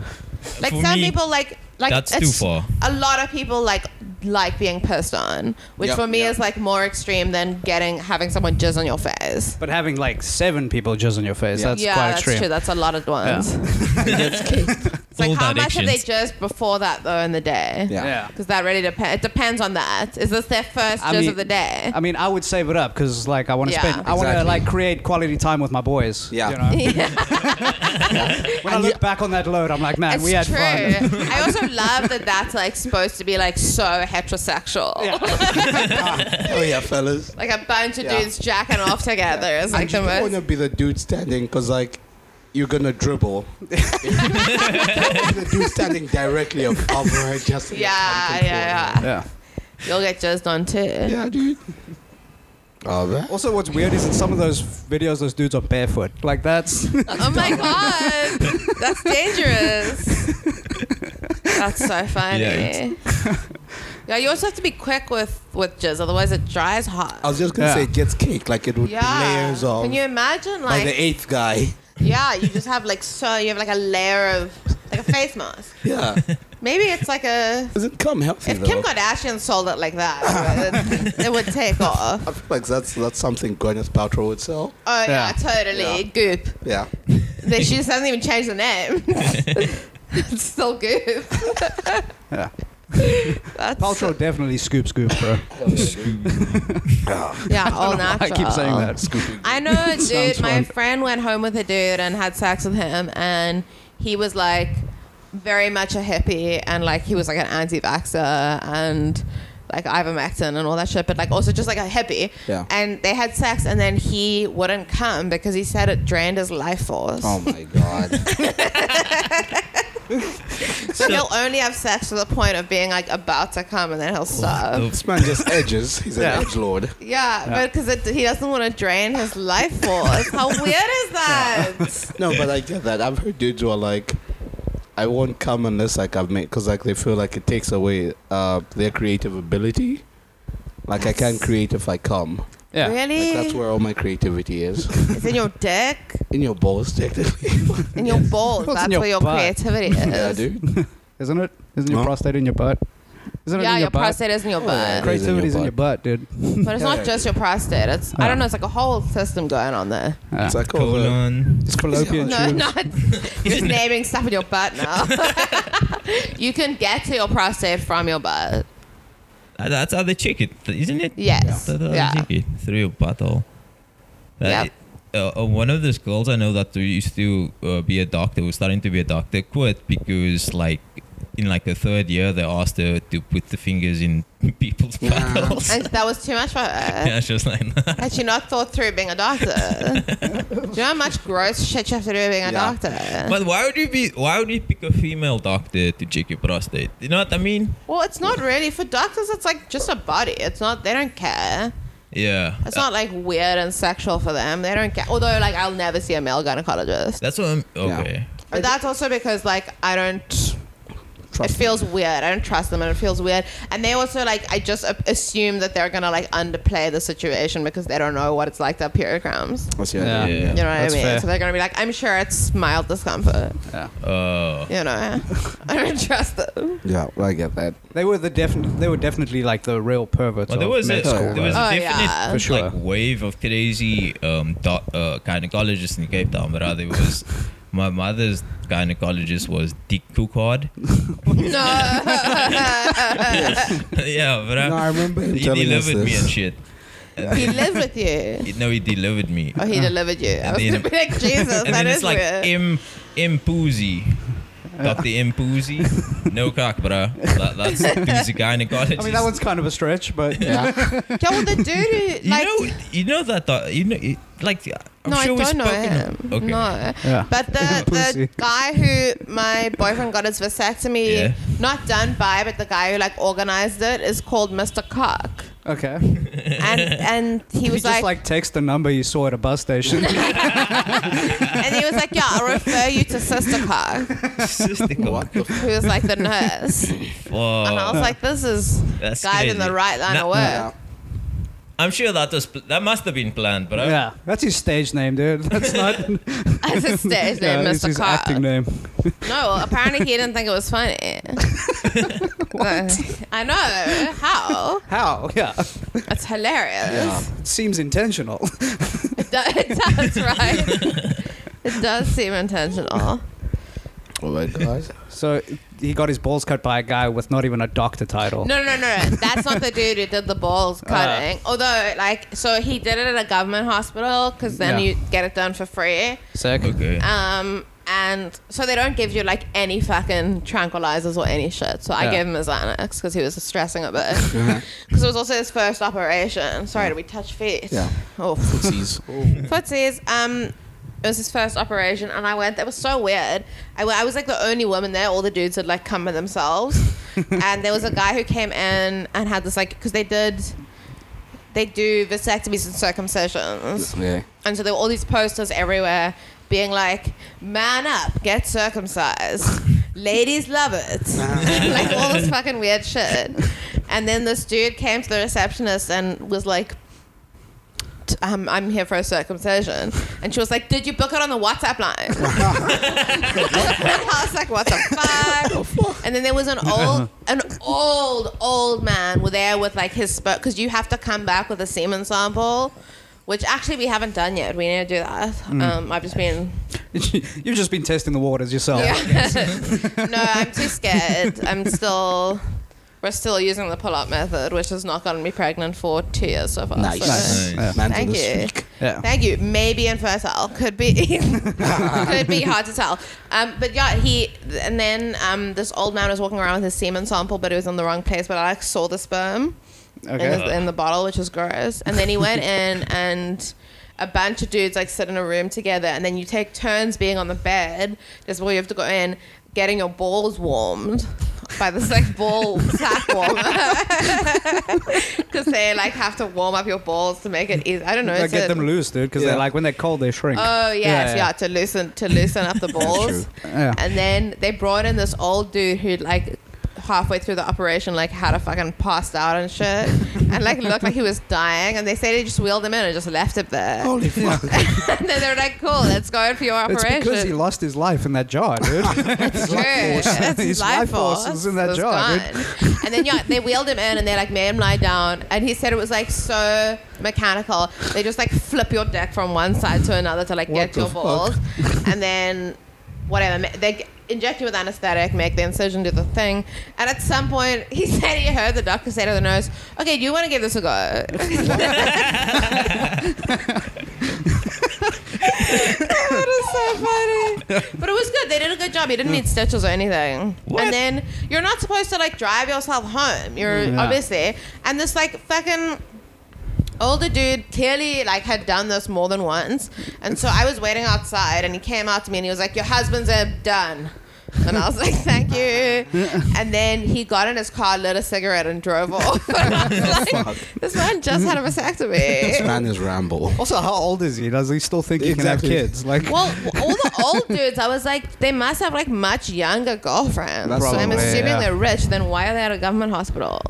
Speaker 1: like
Speaker 2: For
Speaker 1: some
Speaker 2: me,
Speaker 1: people like like
Speaker 2: that's
Speaker 1: it's-
Speaker 2: too far.
Speaker 1: A lot of people like like being pissed on, which
Speaker 3: Yep,
Speaker 1: for me
Speaker 3: yep.
Speaker 1: is like more extreme than getting having someone jizz on your face.
Speaker 4: But having like seven people jizz on your face,
Speaker 3: Yeah.
Speaker 4: that's
Speaker 1: yeah,
Speaker 4: quite
Speaker 1: that's
Speaker 4: extreme.
Speaker 1: true. That's a lot of ones. It's like
Speaker 2: All
Speaker 1: how much have they
Speaker 2: directions.
Speaker 1: jizzed before that though in the day?
Speaker 3: Yeah.
Speaker 4: Yeah.
Speaker 1: Because that really depends. It depends on that. Is this their first
Speaker 4: I
Speaker 1: jizz
Speaker 4: mean-
Speaker 1: of the day?
Speaker 4: I mean, I would save it up because, like, I want to
Speaker 1: Yeah.
Speaker 4: spend. I want to
Speaker 3: Exactly.
Speaker 4: like create quality time with my boys.
Speaker 3: Yeah.
Speaker 4: You know?
Speaker 1: yeah.
Speaker 4: When I look back on that load, I'm like, man, we had fun.
Speaker 1: I also love that that's like supposed to be like so heterosexual.
Speaker 4: Yeah.
Speaker 3: Oh yeah, fellas.
Speaker 1: Like a bunch of
Speaker 3: Yeah.
Speaker 1: dudes jacking off together is
Speaker 3: I
Speaker 1: like
Speaker 3: just
Speaker 1: the
Speaker 3: don't want
Speaker 1: most.
Speaker 3: to be the dude standing because like you're gonna dribble. the dude standing directly above her just.
Speaker 1: Yeah, yeah, yeah,
Speaker 4: yeah.
Speaker 1: You'll get jizzed on too.
Speaker 3: Yeah, dude. Oh, that.
Speaker 4: Also, what's weird is in some of those videos, those dudes are barefoot. Like that's
Speaker 1: Oh my god, that's dangerous. That's so funny.
Speaker 2: Yeah,
Speaker 1: Yeah,
Speaker 2: it's-
Speaker 1: you also have to be quick with with jizz, otherwise it dries hot.
Speaker 3: I was just gonna
Speaker 4: Yeah.
Speaker 3: say it gets caked like it would be
Speaker 1: yeah.
Speaker 3: layers of.
Speaker 1: Can you imagine
Speaker 3: by
Speaker 1: like
Speaker 3: the eighth guy.
Speaker 1: yeah, you just have like so you have like a layer of like a face mask.
Speaker 3: Yeah.
Speaker 1: Maybe it's like a
Speaker 3: Doesn't come healthy
Speaker 1: If
Speaker 3: though.
Speaker 1: Kim Kardashian sold it like that, it, it would take off.
Speaker 3: I feel like that's that's something Gwyneth Paltrow would sell.
Speaker 1: Oh yeah,
Speaker 4: Yeah.
Speaker 1: totally. Goop.
Speaker 3: Yeah.
Speaker 1: Then she just hasn't even changed the name. it's still goop.
Speaker 4: yeah.
Speaker 1: That's
Speaker 4: Paltrow definitely scoop scoop, bro.
Speaker 1: yeah, all
Speaker 4: I
Speaker 1: natural.
Speaker 4: keep saying that. Scoop.
Speaker 1: I know a
Speaker 4: Sounds
Speaker 1: dude. My
Speaker 4: fun.
Speaker 1: friend went home with a dude and had sex with him, and he was like very much a hippie, and like he was like an anti-vaxxer and like ivermectin and all that shit, but like also just like a hippie.
Speaker 3: Yeah.
Speaker 1: And they had sex, and then he wouldn't come because he said it drained his life force.
Speaker 3: Oh my god.
Speaker 1: so he'll only have sex to the point of being like about to come, and then he'll stop.
Speaker 3: this man just edges. He's an
Speaker 4: Yeah.
Speaker 3: edge lord.
Speaker 1: Yeah, but 'cause because he doesn't want to drain his life force. How weird is that?
Speaker 3: No, but I get that. I've heard dudes who are like, I won't come unless like I've made because like they feel like it takes away uh, their creative ability. Like I can't create if I come.
Speaker 4: Yeah.
Speaker 1: Really?
Speaker 3: Like that's where all my creativity is
Speaker 1: it's in your dick,
Speaker 3: in your balls, technically.
Speaker 1: in your balls.
Speaker 4: Well, it's
Speaker 1: That's
Speaker 4: in your
Speaker 1: where your
Speaker 4: butt.
Speaker 1: creativity is.
Speaker 3: yeah, dude.
Speaker 4: Isn't it? Isn't your
Speaker 3: Huh?
Speaker 4: prostate in your butt? Isn't it
Speaker 1: Yeah,
Speaker 4: in
Speaker 1: your,
Speaker 4: your, butt?
Speaker 1: prostate is in your butt,
Speaker 3: yeah. Great.
Speaker 4: Creativity's in
Speaker 3: It
Speaker 4: your
Speaker 3: is in
Speaker 4: butt, dude.
Speaker 1: but it's
Speaker 3: Yeah.
Speaker 1: not just your prostate. It's I
Speaker 4: Yeah.
Speaker 1: don't know. It's like a whole system going on there.
Speaker 4: Yeah.
Speaker 3: It's like oh, all the,
Speaker 2: Colon.
Speaker 4: It's fallopian
Speaker 1: No,
Speaker 4: tubes.
Speaker 1: not just naming stuff in your butt now. you can get to your prostate from your butt.
Speaker 2: Uh, That's how they check it, th- isn't it?
Speaker 1: Yes.
Speaker 2: That's how they
Speaker 1: Yeah.
Speaker 2: check it through your butthole.
Speaker 1: Yeah.
Speaker 2: That- uh, uh, one of those girls I know that used to uh, be a doctor, was starting to be a doctor, quit because like in like the third year they asked her to put the fingers in people's
Speaker 3: Yeah.
Speaker 2: buttholes.
Speaker 1: And that was too much for her.
Speaker 2: Yeah, she was like,
Speaker 1: Had she not thought through being a doctor? Do you know how much gross shit you have to do being a
Speaker 3: Yeah.
Speaker 1: doctor?
Speaker 2: but why would you be? Why would you pick a female doctor to check your prostate? You know what I mean?
Speaker 1: well, it's not really for doctors. It's like just a body. It's not. They don't care.
Speaker 2: Yeah,
Speaker 1: It's not like weird and sexual for them. They don't care. Although, like, I'll never see a male gynecologist.
Speaker 2: that's what I'm.
Speaker 3: Yeah.
Speaker 2: Okay,
Speaker 1: But that's also because, like, I don't.
Speaker 3: Trust
Speaker 1: it feels weird. I don't trust them, and it feels weird. And they also like I just a- assume that they're gonna like underplay the situation because they don't know what it's like to have period cramps.
Speaker 3: What's your
Speaker 4: Yeah.
Speaker 1: You know what
Speaker 4: That's
Speaker 1: I mean?
Speaker 4: fair.
Speaker 1: So they're gonna be like, I'm sure it's mild discomfort.
Speaker 2: oh,
Speaker 1: You know, I don't trust them.
Speaker 3: Yeah, I get that.
Speaker 4: They were the defin- They were definitely like the real perverts.
Speaker 2: Well, there
Speaker 4: of
Speaker 2: was a,
Speaker 4: med school,
Speaker 2: there was
Speaker 4: right?
Speaker 2: a
Speaker 1: Oh,
Speaker 2: definite
Speaker 1: yeah. For
Speaker 2: like
Speaker 4: sure.
Speaker 2: wave of crazy um, do- uh, gynecologists in Cape Town, but rather it was my mother's gynecologist was Dick Cookard.
Speaker 1: No,
Speaker 2: yeah, but
Speaker 3: No, I remember him
Speaker 2: he
Speaker 3: telling us
Speaker 2: delivered me
Speaker 3: this.
Speaker 2: and shit.
Speaker 1: he lived with you.
Speaker 2: He- No, he delivered me.
Speaker 1: Oh, he delivered you. I
Speaker 2: And
Speaker 1: was
Speaker 2: then-
Speaker 1: gonna be like, Jesus,
Speaker 2: and
Speaker 1: that
Speaker 2: then
Speaker 1: is
Speaker 2: it's like eh.
Speaker 1: weird.
Speaker 2: M M Poozy. Dr. M Poozy. No cock, bruh. That, that's who's a gynecologist.
Speaker 4: I mean, that one's kind of a stretch, but yeah.
Speaker 1: yeah, well, the dude who
Speaker 2: you
Speaker 1: like.
Speaker 2: know, you know that though. You know, you- like I'm
Speaker 1: no,
Speaker 2: sure
Speaker 1: I
Speaker 2: we've
Speaker 1: don't know
Speaker 2: spoken
Speaker 1: him.
Speaker 2: of- Okay.
Speaker 1: No,
Speaker 4: Yeah.
Speaker 1: but the,
Speaker 4: Pussy.
Speaker 1: the guy who my boyfriend got his vasectomy
Speaker 2: Yeah.
Speaker 1: not done by, but the guy who like organized it is called Mr. Cock,
Speaker 4: okay.
Speaker 1: and and he
Speaker 4: you
Speaker 1: was
Speaker 4: just like, text the number you saw at a bus station.
Speaker 1: and he was like, yeah, I'll refer you to Sister Cock,
Speaker 2: Sister cock.
Speaker 3: What the f-
Speaker 1: who was like the nurse,
Speaker 2: Whoa.
Speaker 1: and I was like, this is
Speaker 2: That's
Speaker 1: guide in
Speaker 2: crazy.
Speaker 1: the right line
Speaker 2: No-
Speaker 1: of work.
Speaker 3: Yeah.
Speaker 2: I'm sure that was pl- that must have been planned, but I,
Speaker 4: yeah, that's his stage name, dude. That's not.
Speaker 1: That's his stage
Speaker 4: Yeah,
Speaker 1: name,
Speaker 4: that's
Speaker 1: Mr.
Speaker 4: his
Speaker 1: Cock.
Speaker 4: acting name.
Speaker 1: No, well, apparently he didn't think it was funny. I know. How?
Speaker 4: How? Yeah,
Speaker 1: That's hilarious.
Speaker 3: Yeah.
Speaker 4: seems intentional.
Speaker 1: It, do- it does, right? it does seem intentional.
Speaker 3: Oh my god.
Speaker 4: So he got his balls cut by a guy with not even a doctor title.
Speaker 1: No, no, no, no. That's not the dude who did the balls
Speaker 4: Uh.
Speaker 1: cutting. Although, like, so he did it at a government hospital because then
Speaker 4: Yeah.
Speaker 1: you get it done for free.
Speaker 4: Sick.
Speaker 2: okay.
Speaker 1: Um, and so they don't give you like any fucking tranquilizers or any shit. So I
Speaker 4: Yeah.
Speaker 1: gave him his Xanax because he was stressing a bit. Because it was also his first operation. Sorry, did we touch feet?
Speaker 3: Yeah.
Speaker 1: Oh,
Speaker 3: Jeez.
Speaker 1: footsies. Um, it was his first operation, and I went. That was so weird. I, wa- I was like the only woman there. All the dudes had like come by themselves, and there was a guy who came in and had this like because they did. They do vasectomies and circumcisions.
Speaker 3: Yeah.
Speaker 1: And so there were all these posters everywhere being like, man up, get circumcised. Ladies love it. like all this fucking weird shit. And then this dude came to the receptionist and was like, "T- um, I'm here for a circumcision. And she was like, Did you book it on the WhatsApp line? I was like, What the fuck? And then there was an old, an old, old man were there with like his sperm, because you have to come back with a semen sample, which actually we haven't done yet. We need to do that. Um, I've just been
Speaker 4: You've just Oh. been testing the waters yourself.
Speaker 1: yeah. no, I'm too scared. I'm still. we're still using the pull-up method, which has not gotten me pregnant for two years so far.
Speaker 3: Nice.
Speaker 1: so-
Speaker 2: Nice.
Speaker 4: Yeah.
Speaker 3: Man, to
Speaker 1: Thank
Speaker 3: this
Speaker 1: you.
Speaker 3: week.
Speaker 4: Yeah.
Speaker 1: Thank you. Maybe infertile. Could be. Could be hard to tell. Um, but yeah, he and then um, this old man was walking around with his semen sample, but it was in the wrong place. But I like saw the sperm in,
Speaker 4: Okay.
Speaker 1: the, in the bottle, which was gross. And then he went in and. A bunch of dudes like sit in a room together, and then you take turns being on the bed. Just where you have to go in, getting your balls warmed by this like ball sack warmer, because they like have to warm up your balls to make it easy. I don't know.
Speaker 4: Like,
Speaker 1: it's
Speaker 4: get
Speaker 1: a-
Speaker 4: them loose, dude, because
Speaker 3: Yeah.
Speaker 4: they're like when they're cold, they shrink.
Speaker 1: Oh yes, yeah,
Speaker 4: yeah.
Speaker 1: to loosen to loosen up the balls.
Speaker 4: Yeah.
Speaker 1: And then they brought in this old dude who like halfway through the operation like had a fucking passed out and shit and like looked like he was dying and they say they just wheeled him in and just left him there
Speaker 3: Holy fuck.
Speaker 1: and then they were like cool let's go in for your
Speaker 4: Oh. it's
Speaker 1: operation
Speaker 4: because he lost his life in that jar, dude.
Speaker 1: That's true. That's his
Speaker 4: His
Speaker 1: life
Speaker 4: life
Speaker 1: force
Speaker 4: force was in that
Speaker 1: was
Speaker 4: jar,
Speaker 1: gone. And then yeah, they wheeled him in and they like made him lie down. And he said it was like so mechanical. They just like flip your dick from one side to another to like get
Speaker 3: the
Speaker 1: your
Speaker 3: fuck?
Speaker 1: balls. And then whatever ma- they g- inject you with anesthetic, make the incision, do the thing. And at some point, he said he heard the doctor say to the nurse, "Okay, do you want to give this a go?" that is so funny. But it was good. They did a good job. You didn't need stitches or anything. And then you're not supposed to like drive yourself home. You're
Speaker 4: Yeah.
Speaker 1: obviously and this like fucking older dude clearly like had done this more than once. And so I was waiting outside and he came out to me and he was like, Your husband's a done. And I was like, thank you. And then he got in his car, lit a cigarette, and drove off. And I was like, this man just had a vasectomy.
Speaker 3: This man is Rambo.
Speaker 4: Also, how old is he? Does he still think he
Speaker 3: Exactly.
Speaker 4: can have kids? Like,
Speaker 1: Well, all the old dudes, I was like, they must have like much younger girlfriends.
Speaker 3: That's
Speaker 1: so I'm
Speaker 3: probably,
Speaker 1: assuming
Speaker 4: yeah.
Speaker 1: they're rich. Then why are they at a government hospital?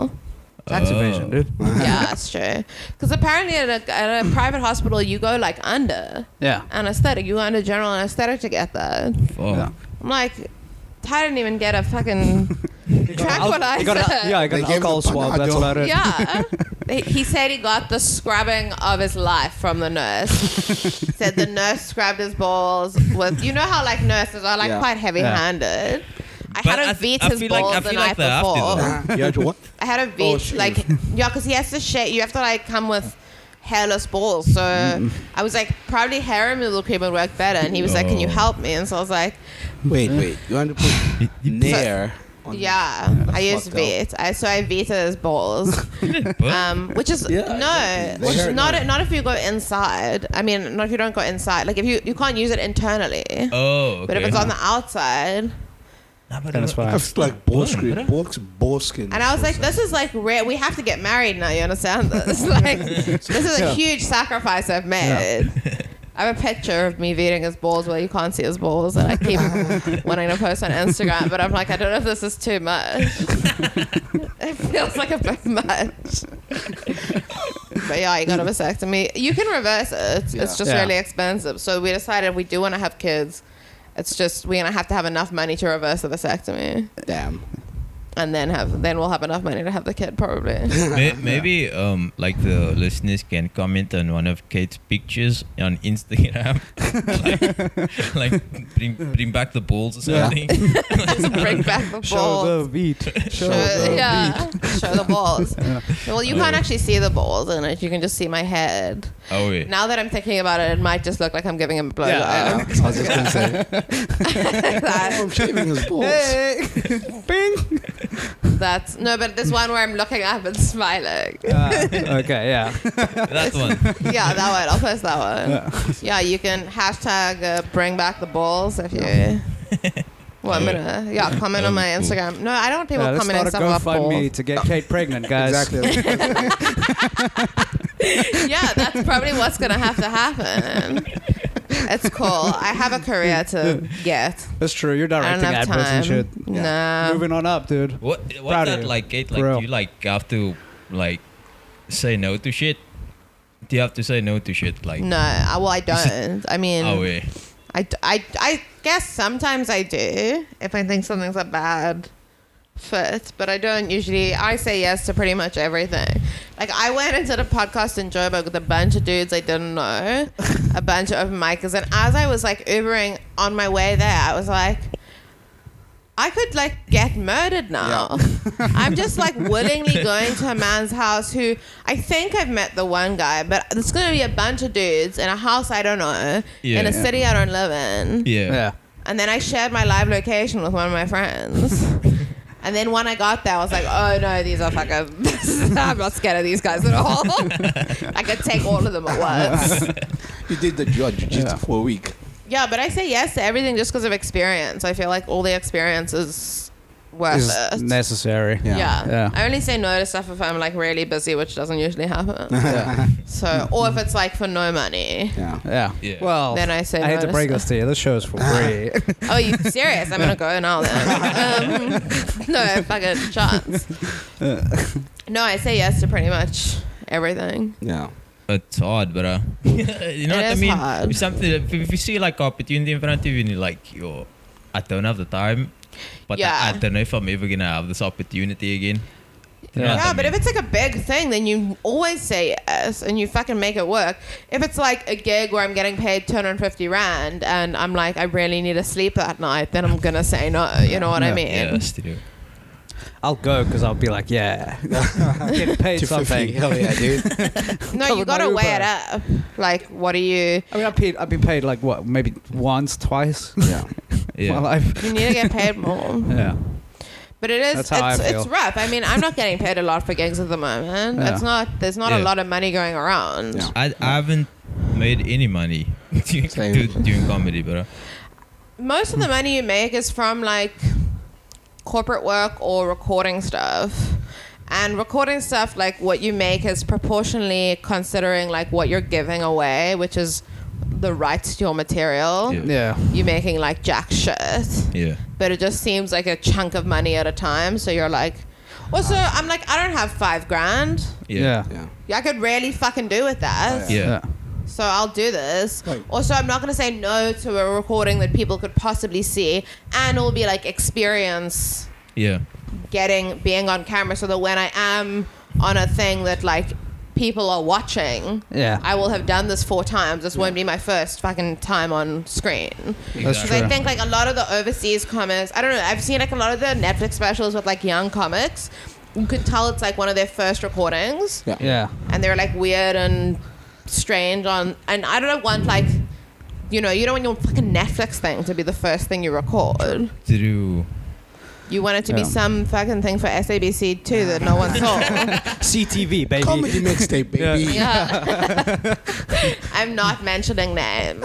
Speaker 4: that's
Speaker 2: Oh.
Speaker 4: evasion, dude.
Speaker 1: yeah, that's true. Because apparently at a, at a private hospital, you go like under
Speaker 4: Yeah.
Speaker 1: anesthetic. You go under general anesthetic to get that.
Speaker 2: Fuck.
Speaker 4: Yeah.
Speaker 1: I'm like, I didn't even get a fucking tranquilizer.
Speaker 4: I got a, yeah, I got
Speaker 3: They gave
Speaker 4: an
Speaker 3: him
Speaker 4: alcohol
Speaker 3: a
Speaker 4: swab. That's
Speaker 3: Panadol.
Speaker 4: about it.
Speaker 1: Yeah. He- He said he got the scrubbing of his life from the nurse. said the nurse scrubbed his balls with, you know how like nurses are like
Speaker 3: Yeah.
Speaker 1: quite heavy handed. I
Speaker 2: But
Speaker 1: had
Speaker 2: I
Speaker 1: him
Speaker 2: th-
Speaker 1: beat
Speaker 2: I
Speaker 1: his
Speaker 2: feel like-
Speaker 1: balls
Speaker 2: I
Speaker 1: the
Speaker 2: feel
Speaker 1: night
Speaker 2: like they have to,
Speaker 1: before.
Speaker 2: though.
Speaker 3: you had what?
Speaker 1: I had a
Speaker 3: Oh,
Speaker 1: beat
Speaker 3: shit.
Speaker 1: like yeah, because he has to shave. You have to like come with hairless balls. So
Speaker 3: Mm-hmm.
Speaker 1: I was like, probably hair removal cream would work better. And he was like, can you
Speaker 2: Oh.
Speaker 1: help me? And so I was like,
Speaker 3: Wait, wait. You want to put Nair on
Speaker 1: yeah, I
Speaker 3: Oh, That's
Speaker 1: used
Speaker 3: fucked up.
Speaker 1: Veet. I so I Veeted his balls.
Speaker 2: But
Speaker 1: Um, which is
Speaker 3: Yeah,
Speaker 1: no,
Speaker 3: exactly.
Speaker 1: which
Speaker 3: They
Speaker 1: is
Speaker 3: hurt
Speaker 1: not not if you go inside. I mean, not if you don't go inside. Like if you you can't use it internally,
Speaker 2: oh, okay.
Speaker 1: but if it's on the outside.
Speaker 2: Nah, but
Speaker 4: That's
Speaker 2: I-
Speaker 4: fine.
Speaker 3: It's like ball
Speaker 2: Yeah.
Speaker 3: skin. Ball, ball skin.
Speaker 1: And I was like, this is like rare. We have to get married now. You understand this? like this is a
Speaker 4: Yeah.
Speaker 1: huge sacrifice I've made. I have a picture of me beating his balls where you can't see his balls, and I keep wanting to post on Instagram, but I'm like, I don't know if this is too much. it feels like a bit much. but yeah, you got a vasectomy. You can reverse it.
Speaker 3: Yeah.
Speaker 1: It's just
Speaker 4: Yeah.
Speaker 1: really expensive. So we decided if we do want to have kids. It's just we're gonna have to have enough money to reverse the vasectomy
Speaker 3: Damn.
Speaker 1: and then have then we'll have enough money to have the kid probably.
Speaker 2: May- maybe um like the listeners can comment on one of Kate's pictures on Instagram, like, like bring, bring back the balls or
Speaker 3: Yeah.
Speaker 2: something.
Speaker 1: Bring back the
Speaker 4: Show
Speaker 1: balls.
Speaker 4: the beat. Show the
Speaker 1: yeah, show the balls.
Speaker 4: Yeah.
Speaker 1: Well, you can't actually see the balls in it. You can just see my head.
Speaker 2: Oh wait,
Speaker 1: Now that I'm thinking about it, it might just look like I'm giving him a blowjob.
Speaker 4: Yeah, I know.
Speaker 3: I was just gonna say.
Speaker 1: That-
Speaker 3: I'm shaving his balls.
Speaker 4: Hey, bing.
Speaker 1: that's no, but there's one where I'm looking up and smiling.
Speaker 4: Uh, okay, yeah.
Speaker 2: that one.
Speaker 1: Yeah, that one. I'll post that one. Yeah, you can hashtag uh, bring back the balls if you. Well, I'm gonna yeah comment on my
Speaker 2: Cool.
Speaker 1: Instagram. No, I don't want people
Speaker 4: yeah let's
Speaker 1: commenting
Speaker 4: start a
Speaker 1: stuff about balls.
Speaker 4: GoFundMe to get Kate pregnant, guys.
Speaker 3: Exactly.
Speaker 1: yeah, that's probably what's gonna have to happen. It's cool. I have a career to get.
Speaker 4: That's true. You're
Speaker 1: I don't
Speaker 4: directing
Speaker 1: have
Speaker 4: adverts
Speaker 1: time.
Speaker 4: and shit.
Speaker 1: No.
Speaker 4: Moving on up, dude.
Speaker 2: What what
Speaker 4: Proud of
Speaker 2: that
Speaker 4: you.
Speaker 2: like Kate? Like
Speaker 4: Bro.
Speaker 2: you like have to like say no to shit. Do you have to say no to shit? Like
Speaker 1: No, I- well, I don't. I mean,
Speaker 2: oh wait,
Speaker 1: I, d- I, I guess sometimes I do if I think something's a bad fit, but I don't usually. I say yes to pretty much everything. Like, I went and did a podcast in Joburg with a bunch of dudes I didn't know, a bunch of open micers, and as I was like Ubering on my way there, I was like, I could like get murdered now. I'm just like willingly going to a man's house who I think I've met the one guy, but it's gonna be a bunch of dudes in a house I don't know, in
Speaker 2: Yeah.
Speaker 1: a
Speaker 2: Yeah.
Speaker 1: city I don't live in.
Speaker 2: Yeah.
Speaker 4: Yeah.
Speaker 1: And then I shared my live location with one of my friends. and then when I got there, I was like, oh no, these are fucking. I'm not scared of these guys at all. I could take all of them at once.
Speaker 3: You did the judge just
Speaker 4: Yeah.
Speaker 3: for a week.
Speaker 1: yeah, but I say yes to everything just because of experience. I feel like all the experience is worth it.
Speaker 4: It's necessary.
Speaker 1: yeah.
Speaker 4: Yeah.
Speaker 1: I only say no to stuff if I'm like really busy, which doesn't usually happen.
Speaker 4: Yeah.
Speaker 1: so, or if it's like for no money.
Speaker 3: Yeah.
Speaker 4: yeah.
Speaker 2: Yeah.
Speaker 4: Well,
Speaker 1: Then I say
Speaker 4: I hate
Speaker 1: no
Speaker 4: to
Speaker 1: to
Speaker 4: break
Speaker 1: stuff.
Speaker 4: this to you. This show's for free.
Speaker 1: Oh, you serious? I'm gonna go now then. Um, no fucking chance. No, I say yes to pretty much everything.
Speaker 3: Yeah.
Speaker 2: It's hard, bro. you know what I
Speaker 1: is
Speaker 2: mean?
Speaker 1: hard.
Speaker 2: If something, if if you see like opportunity in front of you, and you're like, yo, I don't have the time, but I- I,
Speaker 1: Yeah.
Speaker 2: don't know if I'm ever gonna have this opportunity again. You know
Speaker 4: Yeah.
Speaker 2: what I
Speaker 1: Yeah, but if
Speaker 2: mean?
Speaker 1: it's like a big thing, then you always say yes and you fucking make it work. If it's like a gig where I'm getting paid 250 rand and I'm like, I really need to sleep that night, then I'm gonna say no. You know what I
Speaker 4: Yeah.
Speaker 1: mean?
Speaker 2: yeah, that's true.
Speaker 4: I'll go because I'll be like, yeah, get paid something.
Speaker 3: Hell yeah, dude.
Speaker 1: No, you
Speaker 4: Covered my
Speaker 1: gotta weigh
Speaker 4: Uber.
Speaker 1: it up. Like, what do you?
Speaker 4: I mean, I've, paid, I've been paid like what, maybe once, twice
Speaker 3: yeah.
Speaker 4: in my
Speaker 2: Yeah,
Speaker 4: life.
Speaker 1: You need to get paid more.
Speaker 4: Yeah.
Speaker 1: But it is
Speaker 4: That's
Speaker 1: it's,
Speaker 4: how I feel.
Speaker 1: it's rough. I mean, I'm not getting paid a lot for gigs at the moment.
Speaker 4: Yeah.
Speaker 1: It's not there's not a
Speaker 2: Yeah.
Speaker 1: lot of money going around.
Speaker 3: Yeah.
Speaker 2: I, I haven't made any money doing,
Speaker 3: Same.
Speaker 2: do- doing comedy, bro.
Speaker 1: Most of the money you make is from like corporate work or recording stuff. And recording stuff like what you make is proportionally considering like what you're giving away, which is the rights to your material.
Speaker 2: Yeah.
Speaker 4: Yeah.
Speaker 1: You're making like jack shit.
Speaker 2: Yeah,
Speaker 1: but it just seems like a chunk of money at a time. So you're like, also,
Speaker 4: Uh,
Speaker 1: I'm like, I don't have five grand.
Speaker 4: Yeah.
Speaker 2: yeah,
Speaker 3: Yeah.
Speaker 1: Yeah, I could really fucking do with that.
Speaker 3: Oh,
Speaker 2: yeah.
Speaker 4: Yeah.
Speaker 1: So I'll do this.
Speaker 3: Right.
Speaker 1: Also, I'm not going to say no to a recording that people could possibly see and it'll be like experience
Speaker 2: yeah.
Speaker 1: getting being on camera so that when I am on a thing that like people are watching,
Speaker 4: Yeah.
Speaker 1: I will have done this four times. This won't be my first fucking time on screen.
Speaker 4: That's
Speaker 1: Because I
Speaker 4: true.
Speaker 1: think like a lot of the overseas comics, I don't know, I've seen like a lot of the Netflix specials with like young comics. You could tell it's like one of their first recordings,
Speaker 3: Yeah.
Speaker 4: Yeah.
Speaker 1: and they're like weird and strange on. And I don't want like, you know, you don't want your fucking Netflix thing to be the first thing you record.
Speaker 2: True.
Speaker 1: You want it to be
Speaker 4: Yeah.
Speaker 1: some fucking thing for SABC too that no one saw.
Speaker 4: CTV, baby.
Speaker 3: Comedy mixtape, baby.
Speaker 1: yeah, I'm not mentioning names.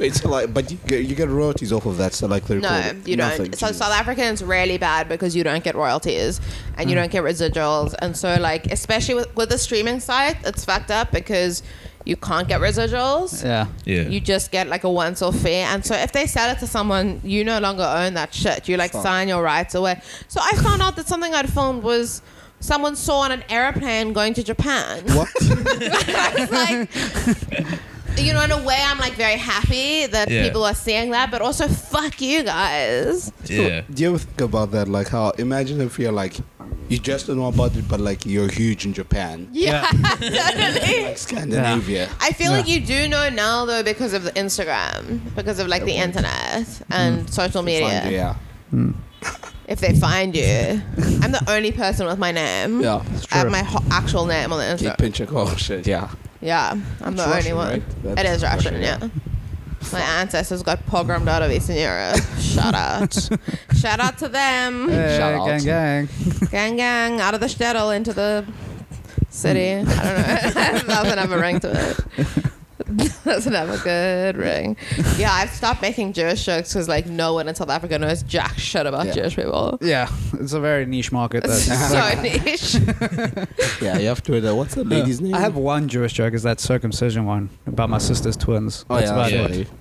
Speaker 3: It's like, but you get, you get royalties off of that. So like the
Speaker 1: No,
Speaker 3: recording.
Speaker 1: you
Speaker 3: Nothing,
Speaker 1: don't. So
Speaker 3: Jesus.
Speaker 1: South Africans really bad because you don't get royalties and you don't get residuals, and so like especially with with the streaming site, it's fucked up because you can't get residuals.
Speaker 4: Yeah.
Speaker 2: Yeah,
Speaker 1: You just get like a once off fee, and so if they sell it to someone, you no longer own that shit. You like
Speaker 3: Fuck.
Speaker 1: sign your rights away. So I found out that something I'd filmed was someone saw on an airplane going to Japan.
Speaker 3: What?
Speaker 1: I was like, you know, in a way, I'm like very happy that
Speaker 2: Yeah.
Speaker 1: people are seeing that, but also fuck you guys.
Speaker 2: yeah,
Speaker 3: Do you ever think about that? Like how? Imagine if you're like, you just don't know about it, but like you're huge in Japan,
Speaker 1: Yeah,
Speaker 3: like
Speaker 1: totally.
Speaker 3: Scandinavia.
Speaker 1: I feel
Speaker 4: Yeah.
Speaker 1: like you do know now though because of the Instagram, because of like the internet and social media.
Speaker 3: Fun, yeah.
Speaker 1: If they find you, I'm the only person with my name.
Speaker 3: Yeah.
Speaker 1: I have
Speaker 4: true.
Speaker 1: my ho- actual name on the
Speaker 3: Keep
Speaker 1: Instagram.
Speaker 3: pinching. Oh shit. Yeah.
Speaker 1: Yeah, I'm the
Speaker 3: It's
Speaker 1: only
Speaker 3: Russian,
Speaker 1: one.
Speaker 3: right?
Speaker 1: It
Speaker 3: That's
Speaker 1: is Russian,
Speaker 3: Russian,
Speaker 1: yeah. My ancestors got pogromed out of Eastern Europe. Shout out. Shout out to them.
Speaker 4: Hey,
Speaker 3: Shout
Speaker 4: gang,
Speaker 3: out.
Speaker 4: gang.
Speaker 1: gang gang out of the shtetl into the city.
Speaker 3: Mm.
Speaker 1: I don't know. Doesn't have a ring to it. Doesn't have a good ring. Yeah, I've stopped making Jewish jokes because like no one in South Africa knows jack shit about
Speaker 3: Yeah.
Speaker 1: Jewish people.
Speaker 4: Yeah. It's a very niche market.
Speaker 1: It's
Speaker 4: that-
Speaker 1: so niche.
Speaker 3: Yeah. You have to. uh, What's the lady's name?
Speaker 4: I have one Jewish joke. Is that circumcision one about my sister's twins?
Speaker 3: Oh
Speaker 4: That's
Speaker 3: yeah.
Speaker 4: about
Speaker 3: That's
Speaker 2: yeah.
Speaker 4: it.
Speaker 3: funny.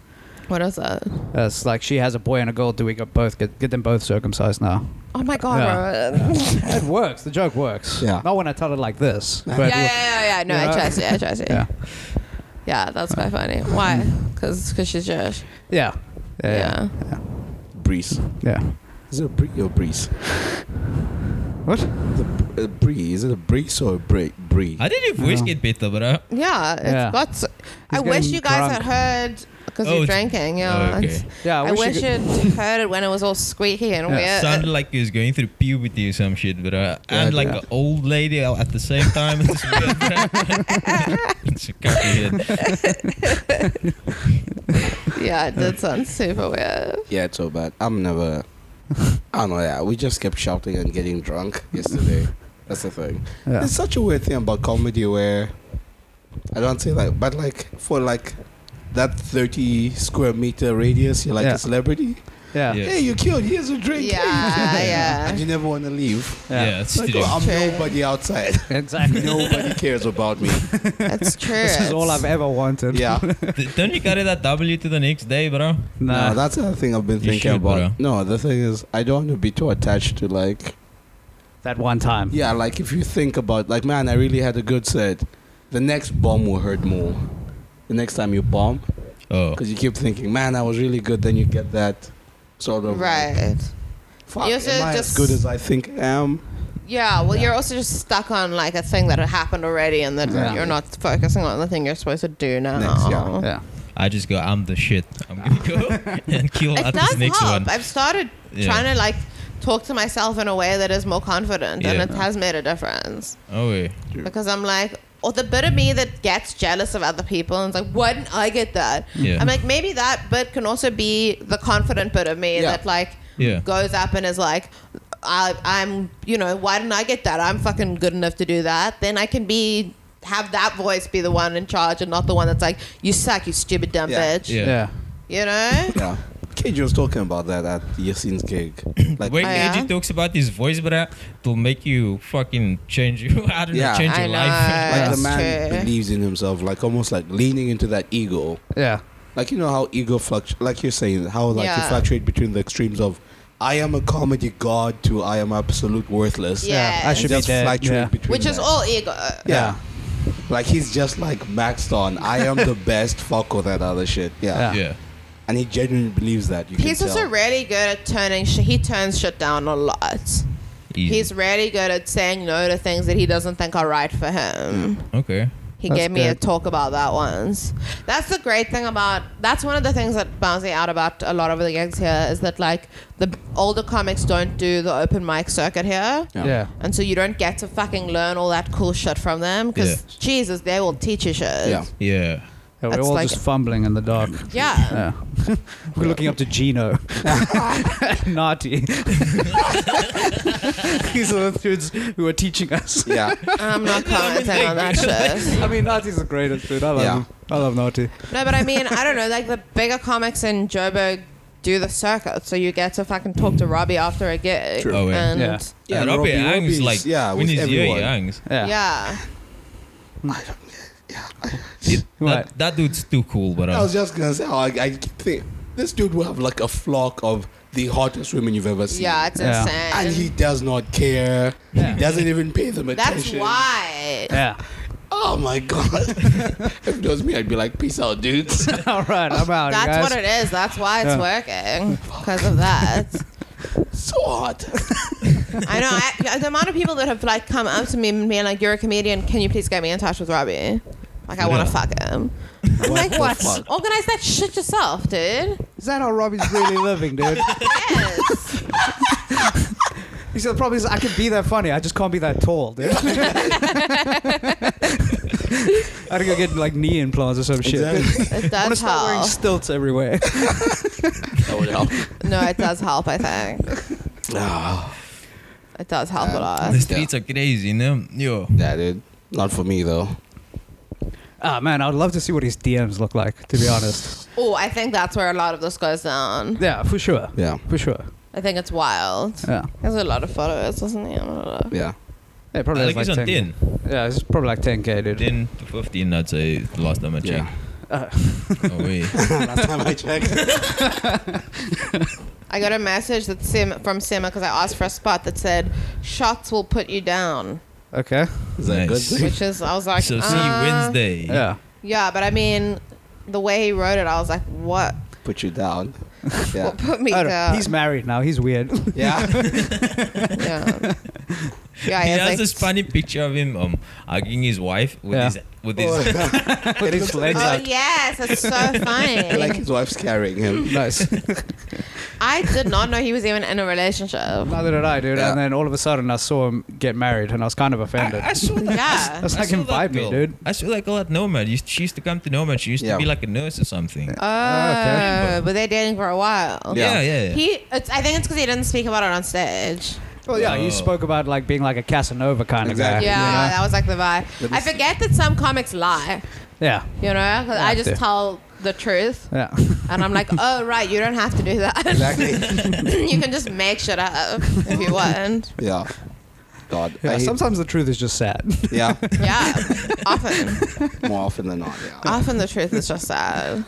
Speaker 1: What is that?
Speaker 4: Uh, It's like she has a boy and a girl. Do we get both get, get them both circumcised now?
Speaker 1: Oh my god,
Speaker 4: Yeah.
Speaker 1: Rowan.
Speaker 4: it works. The joke works.
Speaker 3: Yeah.
Speaker 4: Not when I tell it like this. But
Speaker 1: Yeah, yeah, yeah, yeah. No,
Speaker 4: Yeah.
Speaker 1: I trust it. I trust it.
Speaker 4: yeah.
Speaker 1: Yeah, that's quite funny. Why? Because she's Jewish.
Speaker 4: Yeah. Yeah.
Speaker 1: Yeah.
Speaker 3: Breeze.
Speaker 4: Yeah.
Speaker 3: Is it a Bree or Breeze?
Speaker 4: What?
Speaker 3: The, uh, Bree. Is it a Breeze or a Bree? Bree.
Speaker 2: I didn't voice
Speaker 4: No.
Speaker 2: get better, bro.
Speaker 1: Yeah, it's
Speaker 4: Yeah.
Speaker 1: got. So, I
Speaker 4: He's
Speaker 1: wish
Speaker 4: getting
Speaker 1: you guys had
Speaker 4: drunk.
Speaker 1: heard because
Speaker 2: Oh,
Speaker 1: you're
Speaker 2: it's-
Speaker 1: drinking. Yeah.
Speaker 2: okay.
Speaker 1: It's-
Speaker 4: Yeah,
Speaker 1: I,
Speaker 4: we should
Speaker 1: wish
Speaker 4: go-
Speaker 1: you'd heard it when it was all squeaky and
Speaker 4: Yeah,
Speaker 1: weird.
Speaker 2: sounded like he was going through puberty or some shit, but uh,
Speaker 3: Yeah,
Speaker 2: and like
Speaker 4: yeah.
Speaker 2: an old lady all at the same time. it's weird. it's a cocky head.
Speaker 1: yeah, it did sound super weird.
Speaker 3: Yeah, it's so bad. I'm never. I don't know. Yeah, we just kept shouting and getting drunk yesterday. That's the thing.
Speaker 4: Yeah.
Speaker 3: It's such a weird thing about comedy where I don't say like, but like for like that 30 square meter radius, you're like
Speaker 4: Yeah.
Speaker 3: a celebrity.
Speaker 4: Yeah.
Speaker 2: Yeah.
Speaker 4: Yeah.
Speaker 3: Hey, you killed. Here's a drink.
Speaker 1: Yeah, yeah.
Speaker 3: And you never want to leave.
Speaker 2: Yeah, it's
Speaker 3: Like,
Speaker 2: studio.
Speaker 3: oh, I'm
Speaker 1: True.
Speaker 3: nobody outside.
Speaker 4: Exactly.
Speaker 3: nobody cares about me.
Speaker 1: That's true.
Speaker 4: This is all
Speaker 1: It's-
Speaker 4: I've ever wanted.
Speaker 3: Yeah.
Speaker 2: D- Don't you carry that W to the next day, bro?
Speaker 4: Nah.
Speaker 3: No, that's the thing I've been
Speaker 2: You
Speaker 3: thinking
Speaker 2: should,
Speaker 3: about. No, the thing is, I don't want to be too attached to like.
Speaker 4: that one time.
Speaker 3: Yeah, like if you think about, like, man, I really had a good set. The next bomb will hurt more. The next time you bomb,
Speaker 2: Oh,
Speaker 3: because you keep thinking, man, I was really good. Then you get that sort of like,
Speaker 1: Right.
Speaker 3: Fuck,
Speaker 1: You
Speaker 3: am
Speaker 1: should
Speaker 3: I as
Speaker 1: just-
Speaker 3: good as I think I am?
Speaker 1: Yeah, well,
Speaker 4: Yeah.
Speaker 1: you're also just stuck on like a thing that had happened already, and that
Speaker 4: Yeah.
Speaker 1: you're not focusing on the thing you're supposed to do now.
Speaker 3: Next, yeah.
Speaker 4: Yeah.
Speaker 2: I just go. I'm the shit. I'm gonna go and kill
Speaker 1: It
Speaker 2: at
Speaker 1: does
Speaker 2: this next
Speaker 1: help.
Speaker 2: one.
Speaker 1: I've started
Speaker 2: Yeah.
Speaker 1: trying to like talk to myself in a way that is more confident,
Speaker 2: Yeah.
Speaker 1: and it has made a difference
Speaker 2: Oh, wait.
Speaker 1: because I'm like, or the bit of me that gets jealous of other people and is like, why didn't I get that?
Speaker 2: Yeah.
Speaker 1: I'm like, maybe that bit can also be the confident bit of me
Speaker 3: Yeah.
Speaker 1: that like
Speaker 2: Yeah.
Speaker 1: goes up and is like, I, I'm, you know, why didn't I get that? I'm fucking good enough to do that. Then I can be have that voice be the one in charge and not the one that's like, you suck, you stupid dumb
Speaker 3: Yeah.
Speaker 1: bitch.
Speaker 2: Yeah.
Speaker 4: Yeah.
Speaker 1: You know?
Speaker 3: Yeah. KJ was talking about that at Yassine's gig. Like,
Speaker 2: when
Speaker 1: Oh, yeah?
Speaker 2: Eiji talks about his voice, bruh, it'll make you fucking change you. I don't
Speaker 3: Yeah.
Speaker 2: know, change
Speaker 1: I
Speaker 2: your
Speaker 1: know.
Speaker 2: life.
Speaker 3: like the
Speaker 1: That's
Speaker 3: man
Speaker 1: true.
Speaker 3: believes in himself, like almost like leaning into that ego.
Speaker 4: Yeah.
Speaker 3: Like you know how ego fluctuates, like you're saying, how like you
Speaker 1: Yeah.
Speaker 3: fluctuate between the extremes of I am a comedy god to I am absolute worthless.
Speaker 1: Yeah.
Speaker 4: I
Speaker 1: Yes.
Speaker 3: And
Speaker 4: should be
Speaker 3: just
Speaker 4: dead.
Speaker 3: fluctuate
Speaker 4: yeah.
Speaker 3: between
Speaker 1: Which is
Speaker 3: that.
Speaker 1: all ego.
Speaker 3: Yeah. Like he's just like maxed on. I am the best. Fuck all that other shit. Yeah.
Speaker 4: Yeah.
Speaker 2: Yeah.
Speaker 3: And he genuinely believes that. You
Speaker 1: He's
Speaker 3: can
Speaker 1: also
Speaker 3: tell.
Speaker 1: really good at turning. Sh- he turns shit down a lot.
Speaker 2: Easy.
Speaker 1: He's really good at saying no to things that he doesn't think are right for him.
Speaker 2: okay.
Speaker 1: He
Speaker 4: That's
Speaker 1: gave me a
Speaker 4: good.
Speaker 1: talk about that once. That's the great thing about. That's one of the things that bounces out about a lot of the gigs here is that like the older comics don't do the open mic circuit here.
Speaker 3: Yeah.
Speaker 4: Yeah.
Speaker 1: And so you don't get to fucking learn all that cool shit from them because
Speaker 2: Yeah.
Speaker 1: Jesus, they will teach you shit.
Speaker 3: Yeah.
Speaker 2: Yeah.
Speaker 4: Yeah, we're
Speaker 1: That's
Speaker 4: all
Speaker 1: like-
Speaker 4: just fumbling in the dark.
Speaker 1: Yeah.
Speaker 4: Yeah. we're looking up to Gino. Naughty. These are the dudes who are teaching us.
Speaker 3: Yeah.
Speaker 1: I'm not commenting on that shit.
Speaker 4: I mean, Naughty's the greatest dude. I love
Speaker 3: Yeah.
Speaker 4: him. I love Naughty.
Speaker 1: No, but I mean, I don't know. Like the bigger comics in Joburg do the circuit, so you get to fucking talk to Robbie after a gig.
Speaker 3: True.
Speaker 2: Oh, yeah.
Speaker 1: And
Speaker 4: Yeah.
Speaker 1: yeah.
Speaker 3: Yeah,
Speaker 2: Robbie,
Speaker 3: Robbie-
Speaker 2: Ang's
Speaker 3: Robbie's-
Speaker 2: like,
Speaker 3: yeah,
Speaker 2: when
Speaker 3: with
Speaker 2: he's here,
Speaker 3: everyone.
Speaker 2: he hangs.
Speaker 4: Yeah. Right.
Speaker 2: That, that dude's too cool, but
Speaker 3: I
Speaker 2: uh,
Speaker 3: was just gonna say. Oh, I, I keep thinking this dude will have like a flock of the hottest women you've ever seen.
Speaker 1: Yeah, it's
Speaker 4: Yeah.
Speaker 1: insane.
Speaker 3: And he does not care.
Speaker 4: Yeah.
Speaker 3: He doesn't even pay them
Speaker 1: That's
Speaker 3: attention.
Speaker 1: why.
Speaker 4: Yeah.
Speaker 3: Oh my god. if it was me, I'd be like, peace out, dudes.
Speaker 4: all right, I'm out.
Speaker 1: That's
Speaker 4: guys.
Speaker 1: what it is. That's why it's
Speaker 4: Yeah.
Speaker 1: working because of that.
Speaker 3: so hot.
Speaker 1: I know. I, the amount of people that have like come up to me and been like, "You're a comedian. Can you please get me in touch with Robbie? Like, I want
Speaker 2: Yeah.
Speaker 1: to fuck him." I'm
Speaker 3: What
Speaker 1: like,
Speaker 3: the
Speaker 1: what?
Speaker 3: fuck?
Speaker 1: Organize that shit yourself, dude.
Speaker 4: Is that how Robbie's really living, dude?
Speaker 1: Yes.
Speaker 4: He said, the problem is I could be that funny. I just can't be that tall, dude. I had to go get like knee implants or some shit.
Speaker 3: Exactly.
Speaker 1: it
Speaker 4: I want
Speaker 1: does
Speaker 4: to start wearing
Speaker 1: help.
Speaker 4: stilts everywhere.
Speaker 3: that would help.
Speaker 1: No, it does help. I think
Speaker 3: Ah,
Speaker 1: it does help a lot.
Speaker 2: the streets are crazy, you know? Yo.
Speaker 3: yeah, dude. Not for me though.
Speaker 4: Ah man, I'd love to see what his DMs look like. To be honest,
Speaker 1: Oh, I think that's where a lot of this goes down.
Speaker 4: yeah, for sure,
Speaker 3: Yeah.
Speaker 4: for sure.
Speaker 1: I think it's wild.
Speaker 4: Yeah,
Speaker 1: He has a lot of followers, doesn't he? I don't know.
Speaker 3: Yeah.
Speaker 4: yeah,
Speaker 2: I
Speaker 4: probably
Speaker 2: think
Speaker 4: has
Speaker 2: he's
Speaker 4: like
Speaker 2: on
Speaker 4: 10.
Speaker 2: 10.
Speaker 4: Yeah, it's probably like 10k, dude.
Speaker 2: 10 to 15, I'd say, the last time I checked.
Speaker 3: Yeah.
Speaker 2: Oh, wait.
Speaker 3: Last time I checked.
Speaker 1: I got a message that Sim from Sima because I asked for a spot that said shots will put you down,
Speaker 4: Okay.
Speaker 3: Is that a
Speaker 2: Nice.
Speaker 3: good thing?
Speaker 1: which is I was like,
Speaker 2: so, see you
Speaker 1: uh,
Speaker 2: Wednesday.
Speaker 4: Yeah.
Speaker 1: Yeah, but I mean, the way he wrote it, I was like, what?
Speaker 3: Put you down. Yeah.
Speaker 1: What put me
Speaker 4: I don't-
Speaker 1: down?
Speaker 4: He's married now. He's weird.
Speaker 3: yeah.
Speaker 1: yeah. Yeah,
Speaker 2: he
Speaker 1: it's
Speaker 2: has
Speaker 1: like-
Speaker 2: this funny picture of him um hugging his wife with
Speaker 4: Yeah.
Speaker 2: his with
Speaker 3: Oh.
Speaker 2: his
Speaker 4: Put his legs
Speaker 1: Oh
Speaker 4: out.
Speaker 1: yes, that's so funny.
Speaker 3: like his wife's carrying him.
Speaker 4: Nice.
Speaker 1: I did not know he was even in a relationship.
Speaker 4: Neither did I, dude.
Speaker 3: Yeah.
Speaker 4: And then all of a sudden, I saw him get married, and I was kind of offended.
Speaker 2: I, I saw that.
Speaker 4: I
Speaker 1: Yeah.
Speaker 4: was
Speaker 2: I
Speaker 4: like,
Speaker 2: saw that
Speaker 4: invite me,
Speaker 2: girl.
Speaker 4: dude.
Speaker 2: I saw that girl at Nomad. Used- She used to come to Nomad. She used
Speaker 3: Yeah.
Speaker 2: to be like a nurse or something.
Speaker 1: Oh,
Speaker 4: okay.
Speaker 1: but they're dating for a while.
Speaker 2: Yeah, yeah,
Speaker 3: Yeah.
Speaker 2: yeah.
Speaker 1: He, it's, I think it's because he didn't speak about it on stage.
Speaker 4: Well, yeah,
Speaker 2: Oh.
Speaker 4: you spoke about like being like a Casanova kind
Speaker 1: Yeah,
Speaker 3: Exactly.
Speaker 4: of guy. you know?
Speaker 1: that was like the vibe.
Speaker 3: Let me
Speaker 1: I
Speaker 3: see.
Speaker 1: forget that some comics lie,
Speaker 4: Yeah.
Speaker 1: you know, 'cause I
Speaker 4: Have
Speaker 1: just
Speaker 4: to.
Speaker 1: tell the truth,
Speaker 4: Yeah.
Speaker 1: and I'm like, oh right, you don't have to do that.
Speaker 3: Exactly.
Speaker 1: you can just make shit up if you want.
Speaker 3: yeah. God. I
Speaker 4: Yeah,
Speaker 3: hate-
Speaker 4: Sometimes the truth is just sad.
Speaker 3: yeah.
Speaker 1: Yeah, often.
Speaker 3: More often than not. Yeah.
Speaker 1: Often the truth is just sad.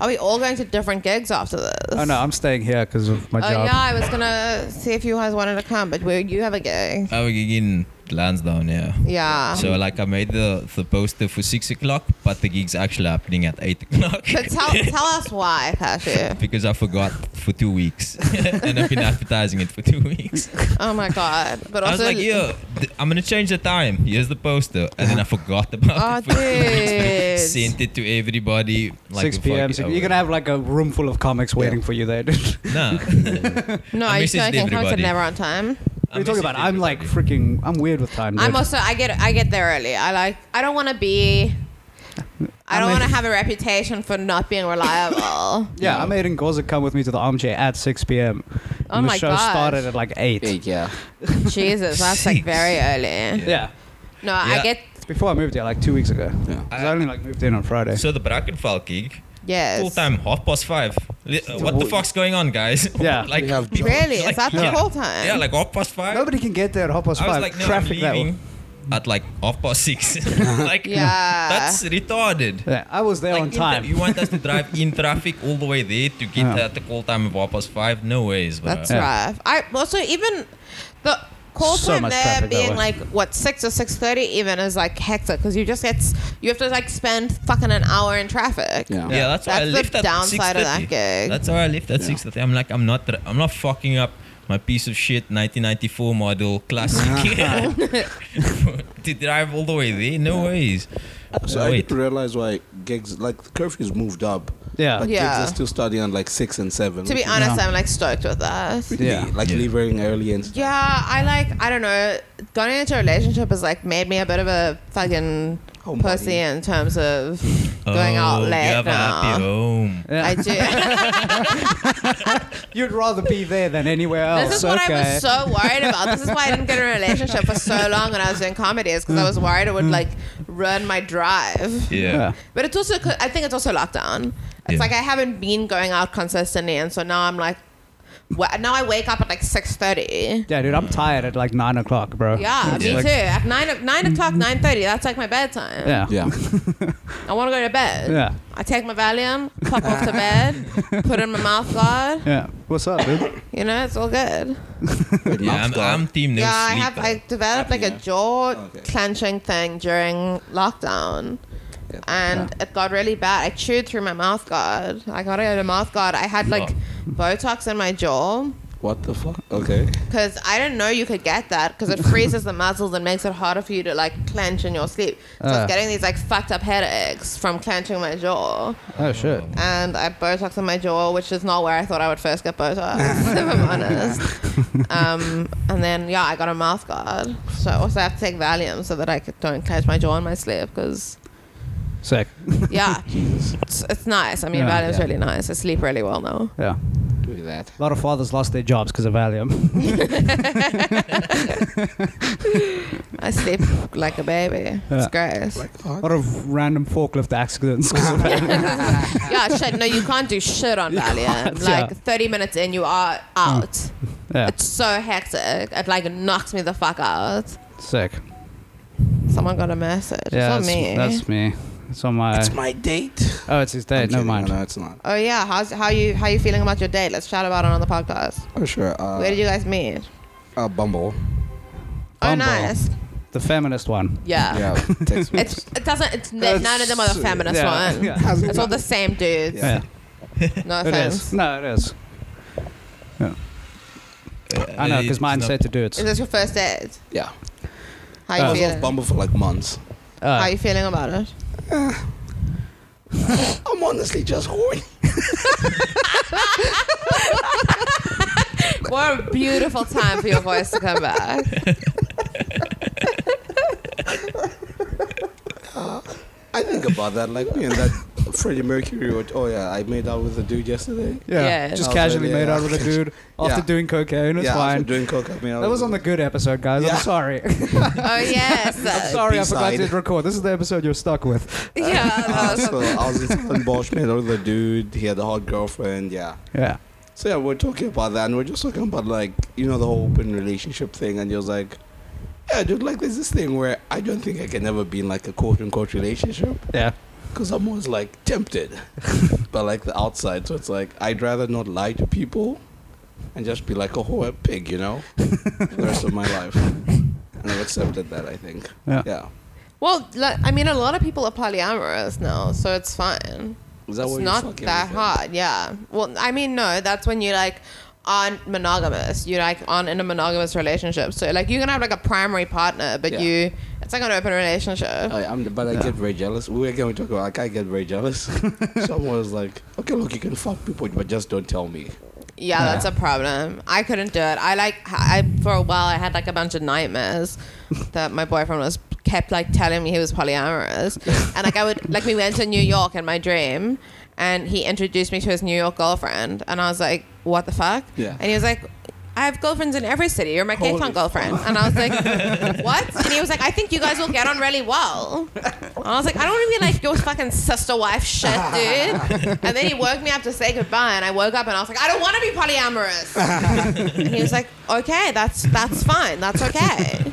Speaker 1: Are we all going to different gigs after this?
Speaker 4: oh no, I'm staying here because of my
Speaker 1: Oh,
Speaker 4: job.
Speaker 1: yeah, I was gonna see if you guys wanted to come, but we you have a gig.
Speaker 2: I was in Lansdowne, yeah.
Speaker 1: Yeah.
Speaker 2: So like I made the, the poster for six o'clock, but the gig's actually happening at eight o'clock.
Speaker 1: but tell tell us why, Kashi.
Speaker 2: because I forgot for two weeks, and I've been advertising it for two weeks.
Speaker 1: Oh my god. But
Speaker 2: I
Speaker 1: also
Speaker 2: was like, "Yo, th- I'm gonna change the time. Here's the poster," and then I forgot
Speaker 1: Oh,
Speaker 2: about it. for two weeks, but I
Speaker 1: dude.
Speaker 2: Sent it to everybody. Like
Speaker 4: 6
Speaker 2: a
Speaker 4: p.m.
Speaker 2: fucking
Speaker 4: so
Speaker 2: hour.
Speaker 4: you're gonna have like a room full of comics waiting for you there. Dude.
Speaker 2: Nah.
Speaker 1: No,
Speaker 2: I
Speaker 1: I used
Speaker 2: messaged
Speaker 1: to think comics are
Speaker 2: everybody.
Speaker 1: never on time.
Speaker 2: I
Speaker 4: What are you talking
Speaker 2: messaged
Speaker 4: about? I'm like
Speaker 2: everybody.
Speaker 4: freaking. I'm weird with time. Dude.
Speaker 1: I'm also I get I get there early. I like I don't want to be. I
Speaker 4: I'm
Speaker 1: don't
Speaker 4: a-
Speaker 1: want to have a reputation for not being reliable.
Speaker 4: yeah, I made Ngoza come with me to the armchair at 6 p.m.
Speaker 1: Oh
Speaker 4: and
Speaker 1: my
Speaker 4: the show
Speaker 1: gosh.
Speaker 4: started at like 8.
Speaker 3: Hey, yeah.
Speaker 1: Jesus, that's like
Speaker 2: Six.
Speaker 1: very early.
Speaker 4: Yeah.
Speaker 1: No,
Speaker 2: Yeah.
Speaker 1: I get
Speaker 4: It's before I moved here, like two weeks ago. 'Cause
Speaker 3: Yeah.
Speaker 4: I only like moved in on Friday.
Speaker 2: So the Brackenfell gig,
Speaker 1: yes.
Speaker 2: full time half past five. Li- uh, What the fuck's going on, guys?
Speaker 4: Yeah.
Speaker 2: like
Speaker 3: We have
Speaker 2: people-
Speaker 1: Really, is
Speaker 2: like,
Speaker 1: that the
Speaker 2: yeah.
Speaker 1: whole time?
Speaker 2: Yeah, like half past five.
Speaker 4: Nobody can get there at half past
Speaker 2: I was
Speaker 4: five.
Speaker 2: like, no,
Speaker 4: Traffic
Speaker 2: I'm
Speaker 4: that way.
Speaker 2: leaving at like half past six. like,
Speaker 1: Yeah.
Speaker 2: that's retarded.
Speaker 4: Yeah, I was there
Speaker 2: Like,
Speaker 4: on
Speaker 2: in tra-
Speaker 4: time.
Speaker 2: you want us to drive in traffic all the way there to get
Speaker 4: Yeah.
Speaker 2: at the call time of half past five? No ways, bro.
Speaker 1: That's
Speaker 4: Yeah.
Speaker 1: rough. I also even the call
Speaker 4: So
Speaker 1: time
Speaker 4: much
Speaker 1: there
Speaker 4: traffic that
Speaker 1: being
Speaker 4: way.
Speaker 1: like what six or six thirty even is like hectic because you just get s- you have to like spend fucking an hour in traffic.
Speaker 3: Yeah.
Speaker 2: yeah, that's, why I
Speaker 1: That's the
Speaker 2: left at
Speaker 1: downside of that
Speaker 2: 6:30.
Speaker 1: gig.
Speaker 2: That's why I left at six thirty. I'm like, I'm not, dr- I'm not fucking up my piece of shit 1994 model classic to drive all the way there. No ways.
Speaker 3: So I didn't realize why gigs like the curfews moved up.
Speaker 4: yeah.
Speaker 3: But
Speaker 1: Yeah.
Speaker 3: gigs are still starting at like six and seven.
Speaker 1: To be
Speaker 3: which is
Speaker 1: honest,
Speaker 4: Yeah.
Speaker 1: I'm like stoked with that.
Speaker 3: really,
Speaker 4: Yeah.
Speaker 3: Like
Speaker 2: Yeah.
Speaker 3: leaving early and stuff.
Speaker 1: Yeah, I like I don't know. Going into a relationship has like made me a bit of a fucking
Speaker 3: Homebody.
Speaker 1: pussy in terms of going out
Speaker 2: Oh,
Speaker 1: late
Speaker 2: you have a happy
Speaker 1: now.
Speaker 2: home.
Speaker 4: Yeah.
Speaker 1: I do.
Speaker 4: You'd rather be there than anywhere else.
Speaker 1: This is what
Speaker 4: okay.
Speaker 1: I was so worried about. This is why I didn't get in a relationship for so long when I was doing comedy, is because I was worried it would
Speaker 4: Mm.
Speaker 1: like ruin my drive.
Speaker 2: Yeah.
Speaker 1: But it's also, 'cause- I think it's also lockdown. It's
Speaker 2: Yeah.
Speaker 1: like I haven't been going out consistently, and so now I'm like, wa- now I wake up at like six thirty.
Speaker 4: Yeah, dude, I'm tired at like nine o'clock, bro.
Speaker 1: Yeah,
Speaker 4: It's
Speaker 1: me
Speaker 4: like- Mm-hmm.
Speaker 1: too. At nine o- nine o'clock, nine thirty. That's like my bedtime.
Speaker 4: Yeah.
Speaker 3: Yeah.
Speaker 1: I want to go to bed.
Speaker 4: Yeah.
Speaker 1: I take my Valium, pop off to bed, put in my mouth guard.
Speaker 4: Yeah. What's up, dude?
Speaker 1: You know, it's all good.
Speaker 3: Good
Speaker 2: Yeah,
Speaker 3: mouth
Speaker 2: I'm,
Speaker 3: guard.
Speaker 2: I'm team no
Speaker 1: yeah, I
Speaker 2: sleep.
Speaker 1: have. I developed like a
Speaker 3: Apnea. Oh,
Speaker 1: jaw
Speaker 3: Okay.
Speaker 1: clenching thing during lockdown,
Speaker 3: Yeah.
Speaker 1: and it got really bad. I chewed through my mouth guard. I got out of mouth guard. I had like
Speaker 2: Oh.
Speaker 1: Botox in my jaw
Speaker 3: What the fuck? Okay.
Speaker 1: because I didn't know you could get that because it freezes the muscles and makes it harder for you to like clench in your sleep. So I
Speaker 4: Ah.
Speaker 1: was getting these like fucked up headaches from clenching my jaw,
Speaker 4: Oh shit.
Speaker 1: and I had Botox in my jaw, which is not where I thought I would first get Botox, if I'm honest. Um, and then yeah, I got a mouth guard, so I also have to take Valium so that I c- don't clench my jaw in my sleep. Because
Speaker 4: Sick.
Speaker 1: yeah, it's, it's nice. I mean,
Speaker 4: Yeah.
Speaker 1: Valium's
Speaker 3: Yeah.
Speaker 1: really nice. I sleep really well now.
Speaker 4: Yeah.
Speaker 3: Do that.
Speaker 4: A lot of fathers lost their jobs because of Valium.
Speaker 1: I sleep like a baby. It's
Speaker 4: Yeah.
Speaker 1: great.
Speaker 4: A lot of random forklift accidents. 'cause of Valium.
Speaker 1: Yeah, shit. No, you can't do shit on Valium.
Speaker 4: can't,
Speaker 1: Like
Speaker 4: yeah. Mm.
Speaker 1: 30 minutes in, you are out.
Speaker 4: yeah.
Speaker 1: It's so hectic. It like knocks me the fuck out.
Speaker 4: Sick.
Speaker 1: Someone got a message.
Speaker 4: Yeah.
Speaker 1: it's
Speaker 4: that's
Speaker 1: not me.
Speaker 4: That's me. It's on my.
Speaker 3: It's my date.
Speaker 4: oh, it's his
Speaker 3: I'm
Speaker 4: date. Never
Speaker 3: kidding.
Speaker 4: mind.
Speaker 3: No, it's not.
Speaker 1: oh yeah, how's how you how you feeling about your date? Let's chat about it on the podcast.
Speaker 3: Oh sure. Uh,
Speaker 1: Where did you guys meet?
Speaker 3: Uh, Bumble.
Speaker 1: Oh,
Speaker 4: Bumble.
Speaker 1: nice.
Speaker 4: The feminist one.
Speaker 1: Yeah.
Speaker 3: Yeah. text me.
Speaker 1: Ah. It's it doesn't it's n-
Speaker 3: That's-
Speaker 1: none of them are the feminist
Speaker 4: yeah,
Speaker 1: one.
Speaker 4: yeah.
Speaker 1: It's all the same dudes.
Speaker 4: Yeah.
Speaker 1: No
Speaker 4: It is.
Speaker 1: offense.
Speaker 4: No, it is. I know because mine said to do it.
Speaker 1: Is this your first date?
Speaker 3: Yeah.
Speaker 1: How
Speaker 4: Uh,
Speaker 1: you
Speaker 3: I was off
Speaker 1: feeling?
Speaker 3: Bumble for like months.
Speaker 1: How
Speaker 4: Uh,
Speaker 1: you feeling about it?
Speaker 3: I'm honestly just horny.
Speaker 1: What a beautiful time for your voice to come back.
Speaker 3: I think about that, like me and that Freddie Mercury. Would, oh yeah, I made out with a dude yesterday.
Speaker 4: yeah,
Speaker 1: Yeah.
Speaker 4: just
Speaker 3: Oh,
Speaker 4: casually
Speaker 3: yeah,
Speaker 4: made
Speaker 3: yeah.
Speaker 4: out with a dude after
Speaker 3: Yeah.
Speaker 4: doing cocaine. It's
Speaker 3: yeah,
Speaker 4: fine.
Speaker 3: doing coke. I made out
Speaker 4: That was
Speaker 3: with
Speaker 4: on
Speaker 3: a
Speaker 4: the
Speaker 3: dude.
Speaker 4: good episode, guys.
Speaker 3: Yeah. Uh,
Speaker 4: I'm sorry.
Speaker 1: Oh yes.
Speaker 4: I'm sorry, I forgot
Speaker 3: B-side.
Speaker 4: to record. This is the episode you're stuck with.
Speaker 1: Yeah.
Speaker 3: Uh,
Speaker 1: that was-
Speaker 3: so I was in Bosch, made out with a dude. He had a hot girlfriend. Yeah.
Speaker 4: Yeah.
Speaker 3: So yeah, we're talking about that, and we're just talking about like you know the whole open relationship thing, and you're like, yeah, dude, like there's this thing where I don't think I can ever be in like a quote unquote relationship
Speaker 4: Yeah.
Speaker 3: because I'm always like tempted by like the outside. So it's like I'd rather not lie to people and just be like "Oh, a whore pig, you know, the rest of my life. And I've accepted that, I think.
Speaker 4: Yeah.
Speaker 3: Yeah.
Speaker 1: well, like, I mean, a lot of people are polyamorous now, so it's fine.
Speaker 3: Is that
Speaker 1: it's
Speaker 3: what you're
Speaker 1: not
Speaker 3: fucking
Speaker 1: that
Speaker 3: with, then?
Speaker 1: hard. Yeah. Well, I mean, no, that's when you like aren't monogamous. You like aren't in a monogamous relationship. So like you can have like a primary partner, but
Speaker 3: Yeah.
Speaker 1: you it's like an open relationship.
Speaker 3: I, Oh, I'm, but I get very jealous. We We're going to talk about. Like, I get very jealous. Someone was like, "Okay, look, you can fuck people, but just don't tell me."
Speaker 1: yeah, that's a problem. I couldn't do it. I like I for a while I had like a bunch of nightmares that my boyfriend was kept like telling me he was polyamorous, and like I would like we went to New York in my dream, and he introduced me to his New York girlfriend, and I was like, what the fuck?
Speaker 3: Yeah.
Speaker 1: And he was like. I have girlfriends in every city. You're my Cape
Speaker 3: Holy
Speaker 1: Town girlfriend. And I was like, what? And he was like, I think you guys will get on really well. And I was like, I don't want to be like your fucking sister wife shit, dude. And then he woke me up to say goodbye, and I woke up and I was like, I don't want to be polyamorous. and he was like, Okay, that's that's fine, that's okay.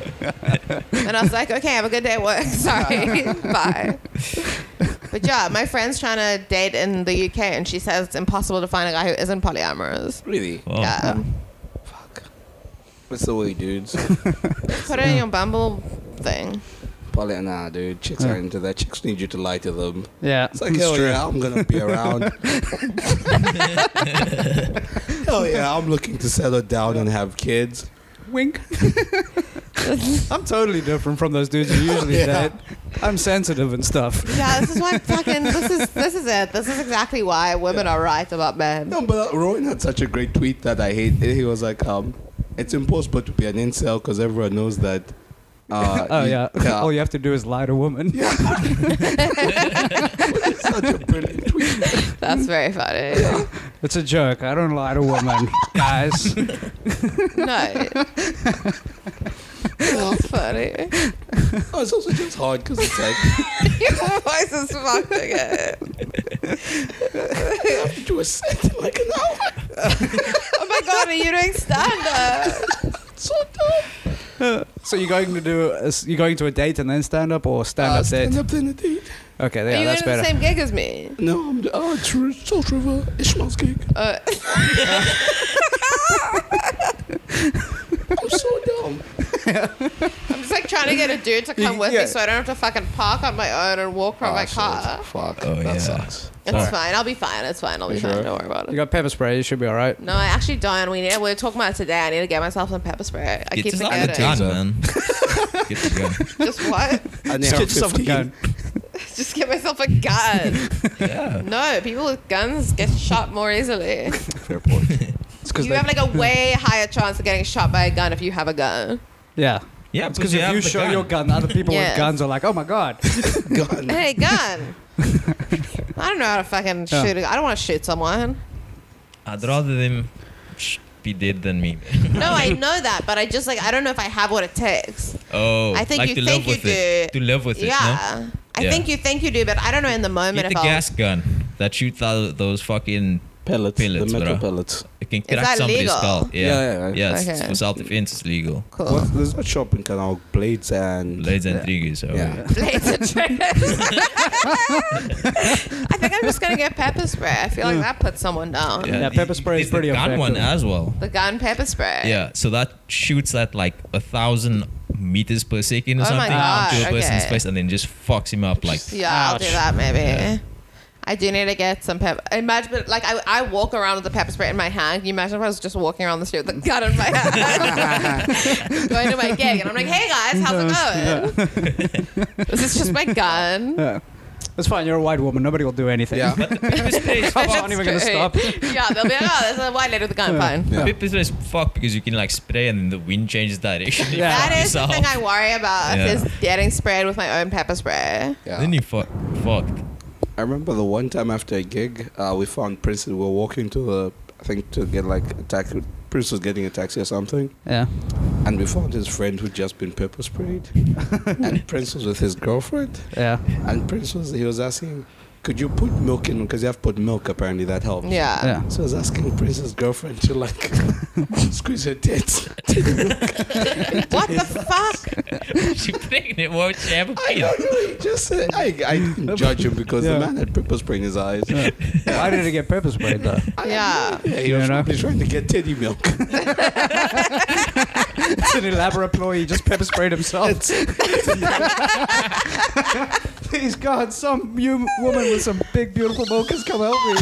Speaker 1: and I was like, Okay, have a good day at work. Sorry, bye. But yeah, my friend's trying to date in the UK, and she says it's impossible to find a guy who isn't polyamorous.
Speaker 3: Really?
Speaker 2: Oh.
Speaker 1: Yeah,
Speaker 3: Fuck. What's the way, dudes?
Speaker 1: put it in your Bumble thing.
Speaker 3: Probably nah, dude. Chicks
Speaker 4: Yeah.
Speaker 3: are into that. Chicks need you to lie to them.
Speaker 4: Yeah.
Speaker 3: It's like, hell yeah, I'm gonna be around. hell yeah, I'm looking to settle down and have kids.
Speaker 4: Wink. I'm totally different from those dudes you usually
Speaker 3: Yeah.
Speaker 4: date. I'm sensitive and stuff.
Speaker 1: Yeah, this is why fucking this is this is it. This is exactly why women are right about men.
Speaker 3: No, but uh, Rowan had such a great tweet that I hate. He was like, um, it's impossible to be an incel because everyone knows that. Uh,
Speaker 4: Oh
Speaker 3: you-
Speaker 4: yeah. All you have to do is lie to a woman.
Speaker 3: Yeah. such a brilliant tweet.
Speaker 1: That's very funny.
Speaker 4: It's a joke. I don't lie to women, guys.
Speaker 1: No. That's funny.
Speaker 3: Oh, it's also just hard because it's like
Speaker 1: Your voice is fucked again.
Speaker 3: I have to do a set in like an hour.
Speaker 1: Oh my god, are you doing stand up?
Speaker 4: So you're going to do a, you're going to a date and then stand up or stand
Speaker 3: Uh,
Speaker 4: up date?
Speaker 3: stand up then a date.
Speaker 4: Okay,
Speaker 1: are
Speaker 4: yeah,
Speaker 1: you going
Speaker 4: that's
Speaker 1: to
Speaker 4: better.
Speaker 1: the same gig as me?
Speaker 3: No, I'm. Oh, it's Ru- Salt River Ishmael's gig.
Speaker 1: Uh,
Speaker 3: I'm so dumb.
Speaker 1: I'm just like trying to get a dude to come with
Speaker 4: yeah.
Speaker 1: me so I don't have to fucking park on my own and walk
Speaker 3: Oh,
Speaker 1: from my car.
Speaker 3: Ah, Fuck.
Speaker 2: Oh,
Speaker 3: that
Speaker 2: yeah.
Speaker 3: sucks.
Speaker 1: It's fine. I'll be fine. It's fine. I'll be
Speaker 3: You
Speaker 1: fine.
Speaker 3: sure?
Speaker 1: Don't worry about
Speaker 4: You
Speaker 1: it.
Speaker 4: got pepper spray. You should be all right.
Speaker 1: No, I actually don't. We need. We're talking about it today. I need to get myself some pepper spray. I
Speaker 2: Get
Speaker 1: keep
Speaker 2: to the
Speaker 1: forgetting.
Speaker 2: gun, man. Get the gun.
Speaker 1: Just what?
Speaker 3: And
Speaker 4: Just get yourself a gun.
Speaker 1: Just get myself a gun.
Speaker 2: Yeah.
Speaker 1: No, people with guns get shot more easily.
Speaker 3: Fair point.
Speaker 4: It's 'cause
Speaker 1: You
Speaker 4: they-
Speaker 1: have like a way higher chance of getting shot by a gun if you have a gun.
Speaker 4: yeah.
Speaker 2: Yeah,
Speaker 4: Because if
Speaker 2: have
Speaker 4: you
Speaker 2: the
Speaker 4: show your gun, other people
Speaker 1: Yes.
Speaker 4: with guns are like, "Oh my god!"
Speaker 3: gun.
Speaker 1: Hey, gun! I don't know how to fucking
Speaker 4: Yeah.
Speaker 1: shoot. A, I don't want to shoot someone.
Speaker 2: I'd rather them sh- be dead than me.
Speaker 1: No, I know that, but I just like I don't know if I have what it takes.
Speaker 2: Oh,
Speaker 1: I think
Speaker 2: like
Speaker 1: you
Speaker 2: to
Speaker 1: think
Speaker 2: live
Speaker 1: you
Speaker 2: with it.
Speaker 1: do.
Speaker 2: To live with it.
Speaker 1: yeah, I
Speaker 2: Yeah.
Speaker 1: think you think you do, but I don't know in the
Speaker 2: No?
Speaker 1: moment
Speaker 2: Get
Speaker 1: if
Speaker 2: the
Speaker 1: I'll.
Speaker 2: gas gun that shoots out those fucking.
Speaker 3: Pellets.
Speaker 2: Pellets,
Speaker 3: the metal
Speaker 2: bro.
Speaker 3: pellets.
Speaker 2: It can
Speaker 1: that
Speaker 2: crack somebody's
Speaker 1: legal?
Speaker 2: skull. Yeah,
Speaker 3: Yeah, yeah, yeah.
Speaker 2: it's, it's
Speaker 1: Okay.
Speaker 2: for self-defense. It's legal.
Speaker 1: Cool.
Speaker 3: There's a shop in Canal Blades and.
Speaker 2: Blades and triggers. Oh,
Speaker 3: Yeah.
Speaker 1: Laser triggers. I think I'm just gonna get pepper spray. I feel like that puts someone down.
Speaker 2: Yeah,
Speaker 4: Yeah, pepper
Speaker 2: it-
Speaker 4: spray is
Speaker 2: it's the
Speaker 4: pretty
Speaker 2: gun one
Speaker 4: effective.
Speaker 2: as well.
Speaker 1: The gun pepper spray.
Speaker 2: Yeah, so that shoots at like a thousand meters per second or
Speaker 1: Oh my
Speaker 2: something
Speaker 1: God,
Speaker 2: to a person's
Speaker 1: okay.
Speaker 2: face, and then just fucks him up. Like,
Speaker 1: Yeah, I'll do
Speaker 4: Ouch.
Speaker 1: that maybe. I do need to get some pepper. Imagine, like, I, I walk around with the pepper spray in my hand. Can you imagine if I was just walking around the street with a gun in my hand, going to my gig, and I'm like, "Hey guys, how's it going? This is just my gun."
Speaker 4: Yeah. That's fine. You're a white woman. Nobody will do anything.
Speaker 3: Yeah.
Speaker 2: Pepper spray
Speaker 1: That's
Speaker 2: is fuck.
Speaker 4: aren't even gonna
Speaker 1: great.
Speaker 4: stop.
Speaker 1: Yeah, they'll be like, "Oh, there's a white lady with a gun." Fine.
Speaker 3: Yeah.
Speaker 2: Pepper spray is fuck because you can like spray and then the wind changes direction. You
Speaker 4: Yeah.
Speaker 2: fuck
Speaker 1: That is
Speaker 2: yourself.
Speaker 1: the thing I worry about
Speaker 2: Yeah.
Speaker 1: is getting sprayed with my own pepper spray.
Speaker 3: Yeah.
Speaker 2: Then you fuck. Fuck.
Speaker 3: I remember the one time after a gig, uh, we found Prince. We were walking to the, I think, to get like a taxi. Prince was getting a taxi or something,
Speaker 4: Yeah.
Speaker 3: and we found his friend who'd just been pepper sprayed. and Prince was with his girlfriend,
Speaker 4: Yeah.
Speaker 3: and Prince was he was asking, "Could you put milk in? Because you have to put milk. Apparently that helps."
Speaker 1: Yeah.
Speaker 4: Yeah.
Speaker 3: So I was asking Prince's girlfriend to like squeeze her tits.
Speaker 1: What the fuck?
Speaker 2: She pregnant. Why would she have a
Speaker 3: I
Speaker 2: kid?
Speaker 3: don't know. He just said, I, I didn't judge him because
Speaker 4: Yeah.
Speaker 3: the man had pepper spray in his eyes.
Speaker 4: Yeah. Why did it get pepper sprayed though?
Speaker 3: I don't
Speaker 1: Yeah.
Speaker 3: know. Yeah, he
Speaker 4: You
Speaker 3: was
Speaker 4: know?
Speaker 3: probably trying to get teddy milk.
Speaker 4: It's an elaborate ploy. He just pepper sprayed himself. Please God, some you woman with some big beautiful mochas, come help me.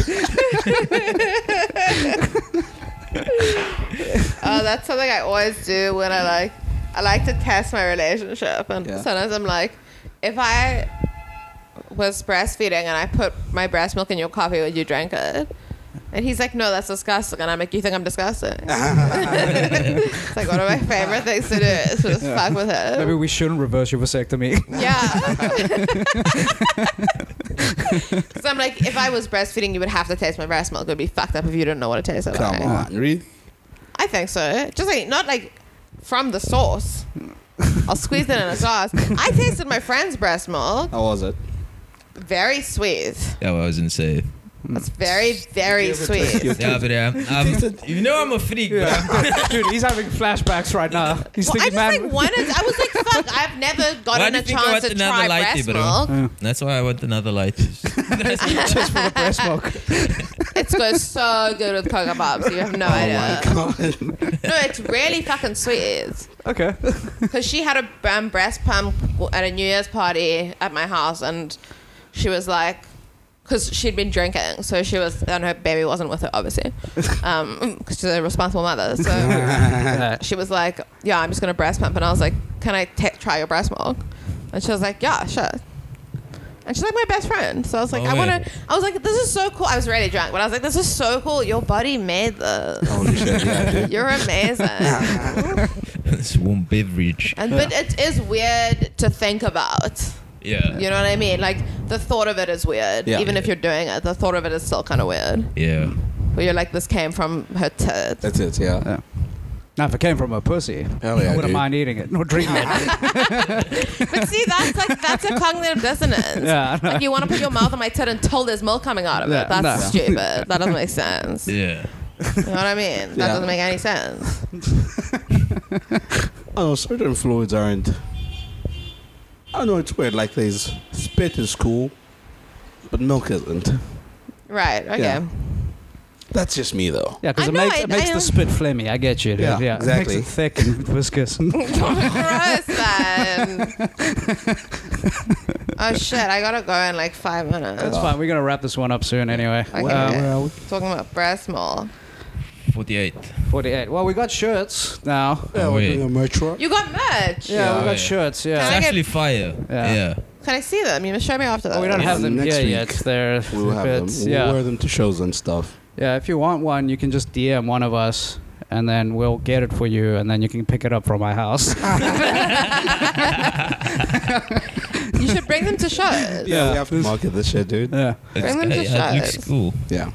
Speaker 1: Oh, that's something I always do when I like I like to test my relationship and
Speaker 3: Yeah.
Speaker 1: sometimes I'm like, if I was breastfeeding and I put my breast milk in your coffee, would you drink it? And he's like, No, that's disgusting and I'm like, You think I'm disgusting? it's like one of my favorite things to do is just fuck with it.
Speaker 4: Maybe we shouldn't reverse your vasectomy.
Speaker 1: Yeah. Because I'm like, if I was breastfeeding, you would have to taste my breast milk. It would be fucked up if you didn't know what it tasted like.
Speaker 3: Come on, really?
Speaker 1: I think so. Just like, not like from the source. I'll squeeze it in a glass. I tasted my friend's breast milk.
Speaker 3: How was it?
Speaker 1: Very sweet.
Speaker 2: That wasn't safe.
Speaker 1: That's very, very
Speaker 3: Give it to
Speaker 1: sweet.
Speaker 3: you.
Speaker 2: Yeah, but um, um, you know I'm a freak, but I'm
Speaker 4: Dude, he's having flashbacks right now. He's
Speaker 1: Well, I
Speaker 4: thinking,
Speaker 1: just
Speaker 4: man.
Speaker 1: like wanted. I was like, fuck. I've never
Speaker 2: Why
Speaker 1: gotten
Speaker 2: do
Speaker 1: a
Speaker 2: you think I
Speaker 1: chance
Speaker 2: want
Speaker 1: to try
Speaker 2: another lighty,
Speaker 1: breast
Speaker 2: bro?
Speaker 1: milk.
Speaker 2: That's why I want another light.
Speaker 4: just for the breast milk.
Speaker 1: It goes so good with cocoa pops. You have no idea.
Speaker 3: Oh my god.
Speaker 1: No, it's really fucking sweet.
Speaker 4: Okay.
Speaker 1: Because she had a um, breast pump at a New Year's party at my house, and she was like, because she'd been drinking, so she was, and her baby wasn't with her, obviously, because she's a responsible mother. So she was like, "Yeah, I'm just gonna breast pump," and I was like, "Can I t- try your breast milk?" And she was like, "Yeah, sure." And she's like my best friend, so I was like,
Speaker 2: Oh,
Speaker 1: "I
Speaker 2: yeah.
Speaker 1: want to." I was like, "This is so cool." I was really drunk, but I was like, "This is so cool. Your body made this.
Speaker 3: Holy shit, yeah, dude.
Speaker 1: You're amazing."
Speaker 2: this warm beverage.
Speaker 1: And but it is weird to think about.
Speaker 2: Yeah.
Speaker 1: You know what I mean? Like the thought of it is weird.
Speaker 3: Yeah.
Speaker 1: Even if you're doing it, the thought of it is still kind of weird.
Speaker 2: Yeah.
Speaker 1: Where you're like, this came from her tits.
Speaker 3: That's it, yeah.
Speaker 4: Now, if it came from a pussy,
Speaker 3: Hell yeah,
Speaker 4: I wouldn't
Speaker 3: dude.
Speaker 4: mind eating it nor drinking it.
Speaker 1: But see, that's like that's a cognitive dissonance.
Speaker 4: Yeah, I know.
Speaker 1: Like you want to put your mouth on my tit until there's milk coming out of
Speaker 4: Yeah,
Speaker 1: it. That's
Speaker 4: no.
Speaker 1: stupid. That doesn't make sense.
Speaker 2: Yeah.
Speaker 1: You know what I mean? That
Speaker 3: Yeah.
Speaker 1: doesn't make any sense.
Speaker 3: Oh, certain fluids aren't. I know it's weird. Like there's spit is cool, but milk isn't.
Speaker 1: Right. Okay.
Speaker 3: Yeah. That's just me though.
Speaker 4: Yeah, because
Speaker 1: I
Speaker 4: it
Speaker 1: know,
Speaker 4: makes,
Speaker 1: I-
Speaker 4: it makes
Speaker 1: I,
Speaker 4: the
Speaker 1: um,
Speaker 4: spit phlegmy. I get you, dude.
Speaker 3: Yeah,
Speaker 4: Yeah,
Speaker 3: exactly.
Speaker 4: It makes it thick and viscous.
Speaker 1: Gross, man. oh shit! I gotta go in like five minutes.
Speaker 4: That's fine. We're gonna wrap this one up soon, anyway.
Speaker 1: Okay.
Speaker 4: Uh,
Speaker 3: Where are we?
Speaker 1: Talking about breast milk.
Speaker 2: 48.
Speaker 4: 48. Well, we got shirts now.
Speaker 3: Yeah, we're
Speaker 2: Wait.
Speaker 3: doing a merch run.
Speaker 1: You got merch.
Speaker 4: Yeah, we
Speaker 2: Yeah.
Speaker 4: got shirts.
Speaker 1: Can
Speaker 2: It's
Speaker 1: I
Speaker 4: Yeah.
Speaker 1: get-
Speaker 2: actually fire.
Speaker 4: Yeah.
Speaker 2: Yeah.
Speaker 1: Can I see them? You must show me after that.
Speaker 4: Oh, we don't
Speaker 2: Yeah,
Speaker 4: have them
Speaker 3: next
Speaker 4: here
Speaker 3: week
Speaker 4: yet. They're
Speaker 3: We'll have them.
Speaker 4: bits-
Speaker 3: We'll
Speaker 4: yeah.
Speaker 3: wear them to shows and stuff.
Speaker 4: Yeah, if you want one, you can just DM one of us, and then we'll get it for you, and then you can pick it up from my house.
Speaker 1: You should bring them to shows.
Speaker 4: Yeah.
Speaker 3: we have to market this shit, dude.
Speaker 4: yeah.
Speaker 2: It's,
Speaker 1: Bring them to
Speaker 2: yeah, it looks
Speaker 1: shows.
Speaker 2: cool.
Speaker 3: Yeah,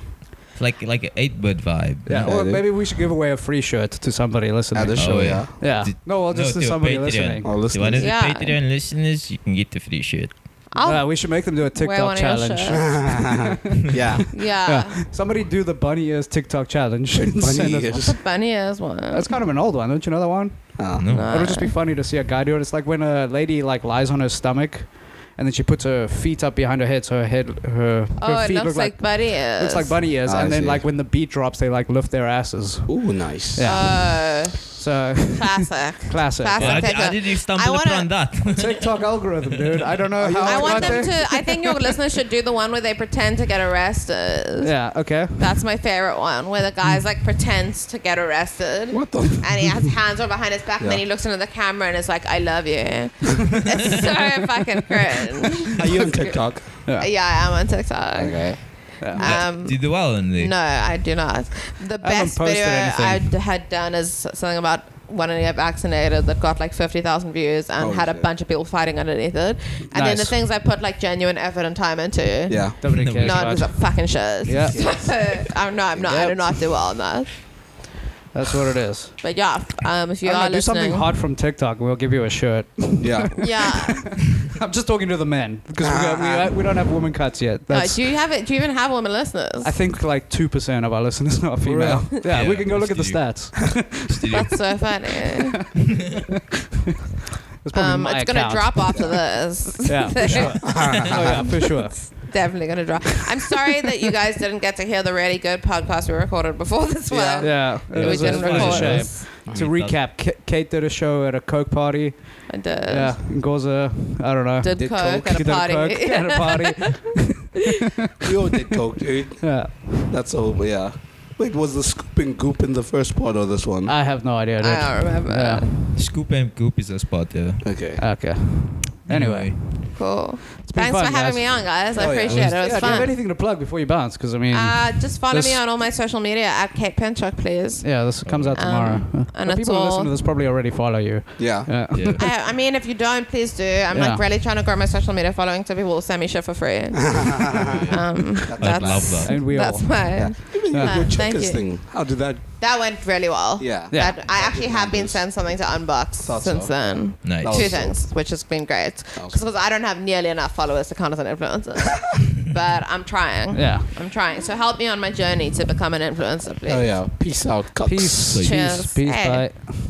Speaker 2: It's like like an eight bird vibe.
Speaker 4: Yeah,
Speaker 3: Yeah,
Speaker 4: or
Speaker 3: dude.
Speaker 4: maybe we should give away a free shirt to somebody listening.
Speaker 3: at the show.
Speaker 2: yeah.
Speaker 3: yeah.
Speaker 4: yeah.
Speaker 2: Did-
Speaker 4: No, well, just
Speaker 2: No,
Speaker 4: to
Speaker 2: to
Speaker 4: somebody
Speaker 2: Patreon.
Speaker 4: listening.
Speaker 3: Our
Speaker 2: So one of
Speaker 3: listeners.
Speaker 2: the
Speaker 1: Yeah.
Speaker 2: Patreon listeners, you can get the free shirt.
Speaker 1: I'll,
Speaker 4: Uh, we should make them do a TikTok
Speaker 1: one of your
Speaker 4: challenge.
Speaker 1: shirts.
Speaker 3: yeah.
Speaker 1: yeah.
Speaker 4: Somebody do the bunny ears TikTok challenge.
Speaker 3: Shit,
Speaker 4: and send
Speaker 3: funny
Speaker 4: it-
Speaker 3: ears.
Speaker 1: The bunny is one.
Speaker 4: That's kind of an old one, don't you know that one?
Speaker 3: Ah.
Speaker 2: No.
Speaker 1: No.
Speaker 4: It would just be funny to see a guy do it. It's like when a lady like lies on her stomach, and then she puts her feet up behind her head, so her head, her,
Speaker 1: oh,
Speaker 4: her
Speaker 1: it
Speaker 4: feet
Speaker 1: looks
Speaker 4: look
Speaker 1: like, bunny is.
Speaker 4: looks like bunny ears.
Speaker 3: Ah, I
Speaker 4: and then
Speaker 3: see.
Speaker 4: like when the beat drops, they like lift their asses.
Speaker 3: Ooh, nice.
Speaker 4: Yeah.
Speaker 1: Uh,
Speaker 4: So
Speaker 1: Classic.
Speaker 4: classic.
Speaker 1: Classic.
Speaker 2: Well,
Speaker 1: Okay,
Speaker 2: how
Speaker 1: good.
Speaker 2: did you
Speaker 1: I
Speaker 2: stumble
Speaker 1: wanna-
Speaker 2: upon that?
Speaker 4: TikTok algorithm, dude. I don't know how.
Speaker 1: I
Speaker 4: it got
Speaker 1: want them
Speaker 4: there.
Speaker 1: to. I think your listeners should do the one where they pretend to get arrested.
Speaker 4: Yeah. Okay.
Speaker 1: That's my favorite one, where the guy's like pretends to get arrested.
Speaker 3: What the?
Speaker 1: And he has hands over behind his back, and then
Speaker 3: Yeah.
Speaker 1: he looks into the camera and is like, "I love you." it's so fucking cringe.
Speaker 3: Are you on TikTok?
Speaker 4: Yeah.
Speaker 1: Yeah, I am on TikTok.
Speaker 4: yeah.
Speaker 1: Um,
Speaker 2: Did you do well on the
Speaker 1: No, I do not. The best
Speaker 4: posted
Speaker 1: video I
Speaker 4: anything.
Speaker 1: d- had done is something about wanting to get vaccinated that got like 50,000 views and
Speaker 3: Oh,
Speaker 1: had a
Speaker 3: shit.
Speaker 1: bunch of people fighting underneath it. And then the
Speaker 4: Nice.
Speaker 1: things I put like genuine effort and time into.
Speaker 3: Yeah.
Speaker 4: Nobody
Speaker 2: No,
Speaker 4: cares
Speaker 1: No, it
Speaker 4: about.
Speaker 1: was a fucking shit.
Speaker 4: Yeah.
Speaker 1: I'm not. I'm not. I do
Speaker 4: Yep.
Speaker 1: not do well on that.
Speaker 4: That's what it is.
Speaker 1: But yeah, um, if you
Speaker 4: I don't
Speaker 1: are
Speaker 4: know, do
Speaker 1: listening,
Speaker 4: something hot from TikTok. We'll give you a shirt.
Speaker 3: Yeah.
Speaker 1: yeah.
Speaker 4: I'm just talking to the men because we,
Speaker 3: Ah.
Speaker 4: got, we, we don't have woman cuts yet.
Speaker 1: No,
Speaker 4: That's,
Speaker 1: do you have it? Do you even have women listeners?
Speaker 4: I think like two percent of our listeners are female. Yeah,
Speaker 2: Yeah,
Speaker 4: we can go
Speaker 2: we
Speaker 4: look at the
Speaker 2: still
Speaker 4: stats.
Speaker 2: studio?
Speaker 1: That's so funny.
Speaker 4: It's probably
Speaker 1: um,
Speaker 4: my
Speaker 1: it's gonna
Speaker 4: account.
Speaker 1: drop after this.
Speaker 4: Yeah, for sure. oh yeah, for sure.
Speaker 1: definitely gonna drop. I'm sorry that you guys didn't get to hear the really good podcast we recorded before this one.
Speaker 3: Yeah.
Speaker 4: Yeah, it
Speaker 1: We
Speaker 4: was a-
Speaker 1: didn't
Speaker 4: it was
Speaker 1: record
Speaker 4: a shame.
Speaker 1: this.
Speaker 4: To recap, K- Kate did a show at a Coke party.
Speaker 1: I did.
Speaker 4: Yeah, Goza, I don't know.
Speaker 1: Uh, Did,
Speaker 3: Did
Speaker 1: coke,
Speaker 3: coke.
Speaker 1: at a
Speaker 4: Did a
Speaker 1: party.
Speaker 4: Coke at a party.
Speaker 3: We all did coke, dude.
Speaker 4: yeah,
Speaker 3: That's all. Yeah. Wait, was the scoop and goop in the first part or this one?
Speaker 4: I have no idea. Dude.
Speaker 1: I don't remember.
Speaker 4: Yeah.
Speaker 2: Scoop and Goop is a spot, yeah.
Speaker 3: Okay.
Speaker 4: Okay. Anyway,
Speaker 1: Cool.
Speaker 4: it's been
Speaker 1: Thanks
Speaker 4: fun,
Speaker 1: for having
Speaker 4: guys.
Speaker 1: me on, guys. I
Speaker 3: Oh, yeah.
Speaker 1: appreciate it. It was
Speaker 4: yeah, do you have
Speaker 1: fun.
Speaker 4: anything to plug before you bounce? Because I mean,
Speaker 1: Uh, just follow me
Speaker 4: This-
Speaker 1: on all my social media at Kate Pinchuk, please.
Speaker 4: yeah, this comes out
Speaker 1: Um,
Speaker 4: tomorrow.
Speaker 1: and it's
Speaker 4: But people who
Speaker 1: all-
Speaker 4: listen to this probably already follow you.
Speaker 3: Yeah.
Speaker 4: Yeah.
Speaker 2: Yeah.
Speaker 1: I, I mean, if you don't, please do. I'm
Speaker 4: Yeah.
Speaker 1: like really trying to grow my social media following, so people will send me shit for free. um,
Speaker 2: I'd
Speaker 1: that's,
Speaker 2: love that.
Speaker 4: And we all.
Speaker 1: that's my.
Speaker 3: Yeah. Even
Speaker 4: Yeah.
Speaker 3: your
Speaker 1: Uh, thank
Speaker 3: checkers
Speaker 1: you.
Speaker 3: thing. How did that?
Speaker 1: That went really well.
Speaker 3: Yeah.
Speaker 4: Yeah.
Speaker 1: That, I actually have been sent something to unbox
Speaker 3: Thought
Speaker 1: since
Speaker 3: so. Oh,
Speaker 1: then.
Speaker 2: Nice.
Speaker 3: That
Speaker 1: Two
Speaker 3: was-
Speaker 1: things, which has been great.
Speaker 3: That was-
Speaker 1: Because I don't have nearly enough followers to count as an influencer. but I'm trying.
Speaker 4: Yeah.
Speaker 1: I'm trying. So help me on my journey to become an influencer, please.
Speaker 3: Oh yeah. Peace out. Cucks.
Speaker 4: Peace.
Speaker 1: Cheers.
Speaker 4: Peace. Peace.
Speaker 1: Hey.
Speaker 4: Bye.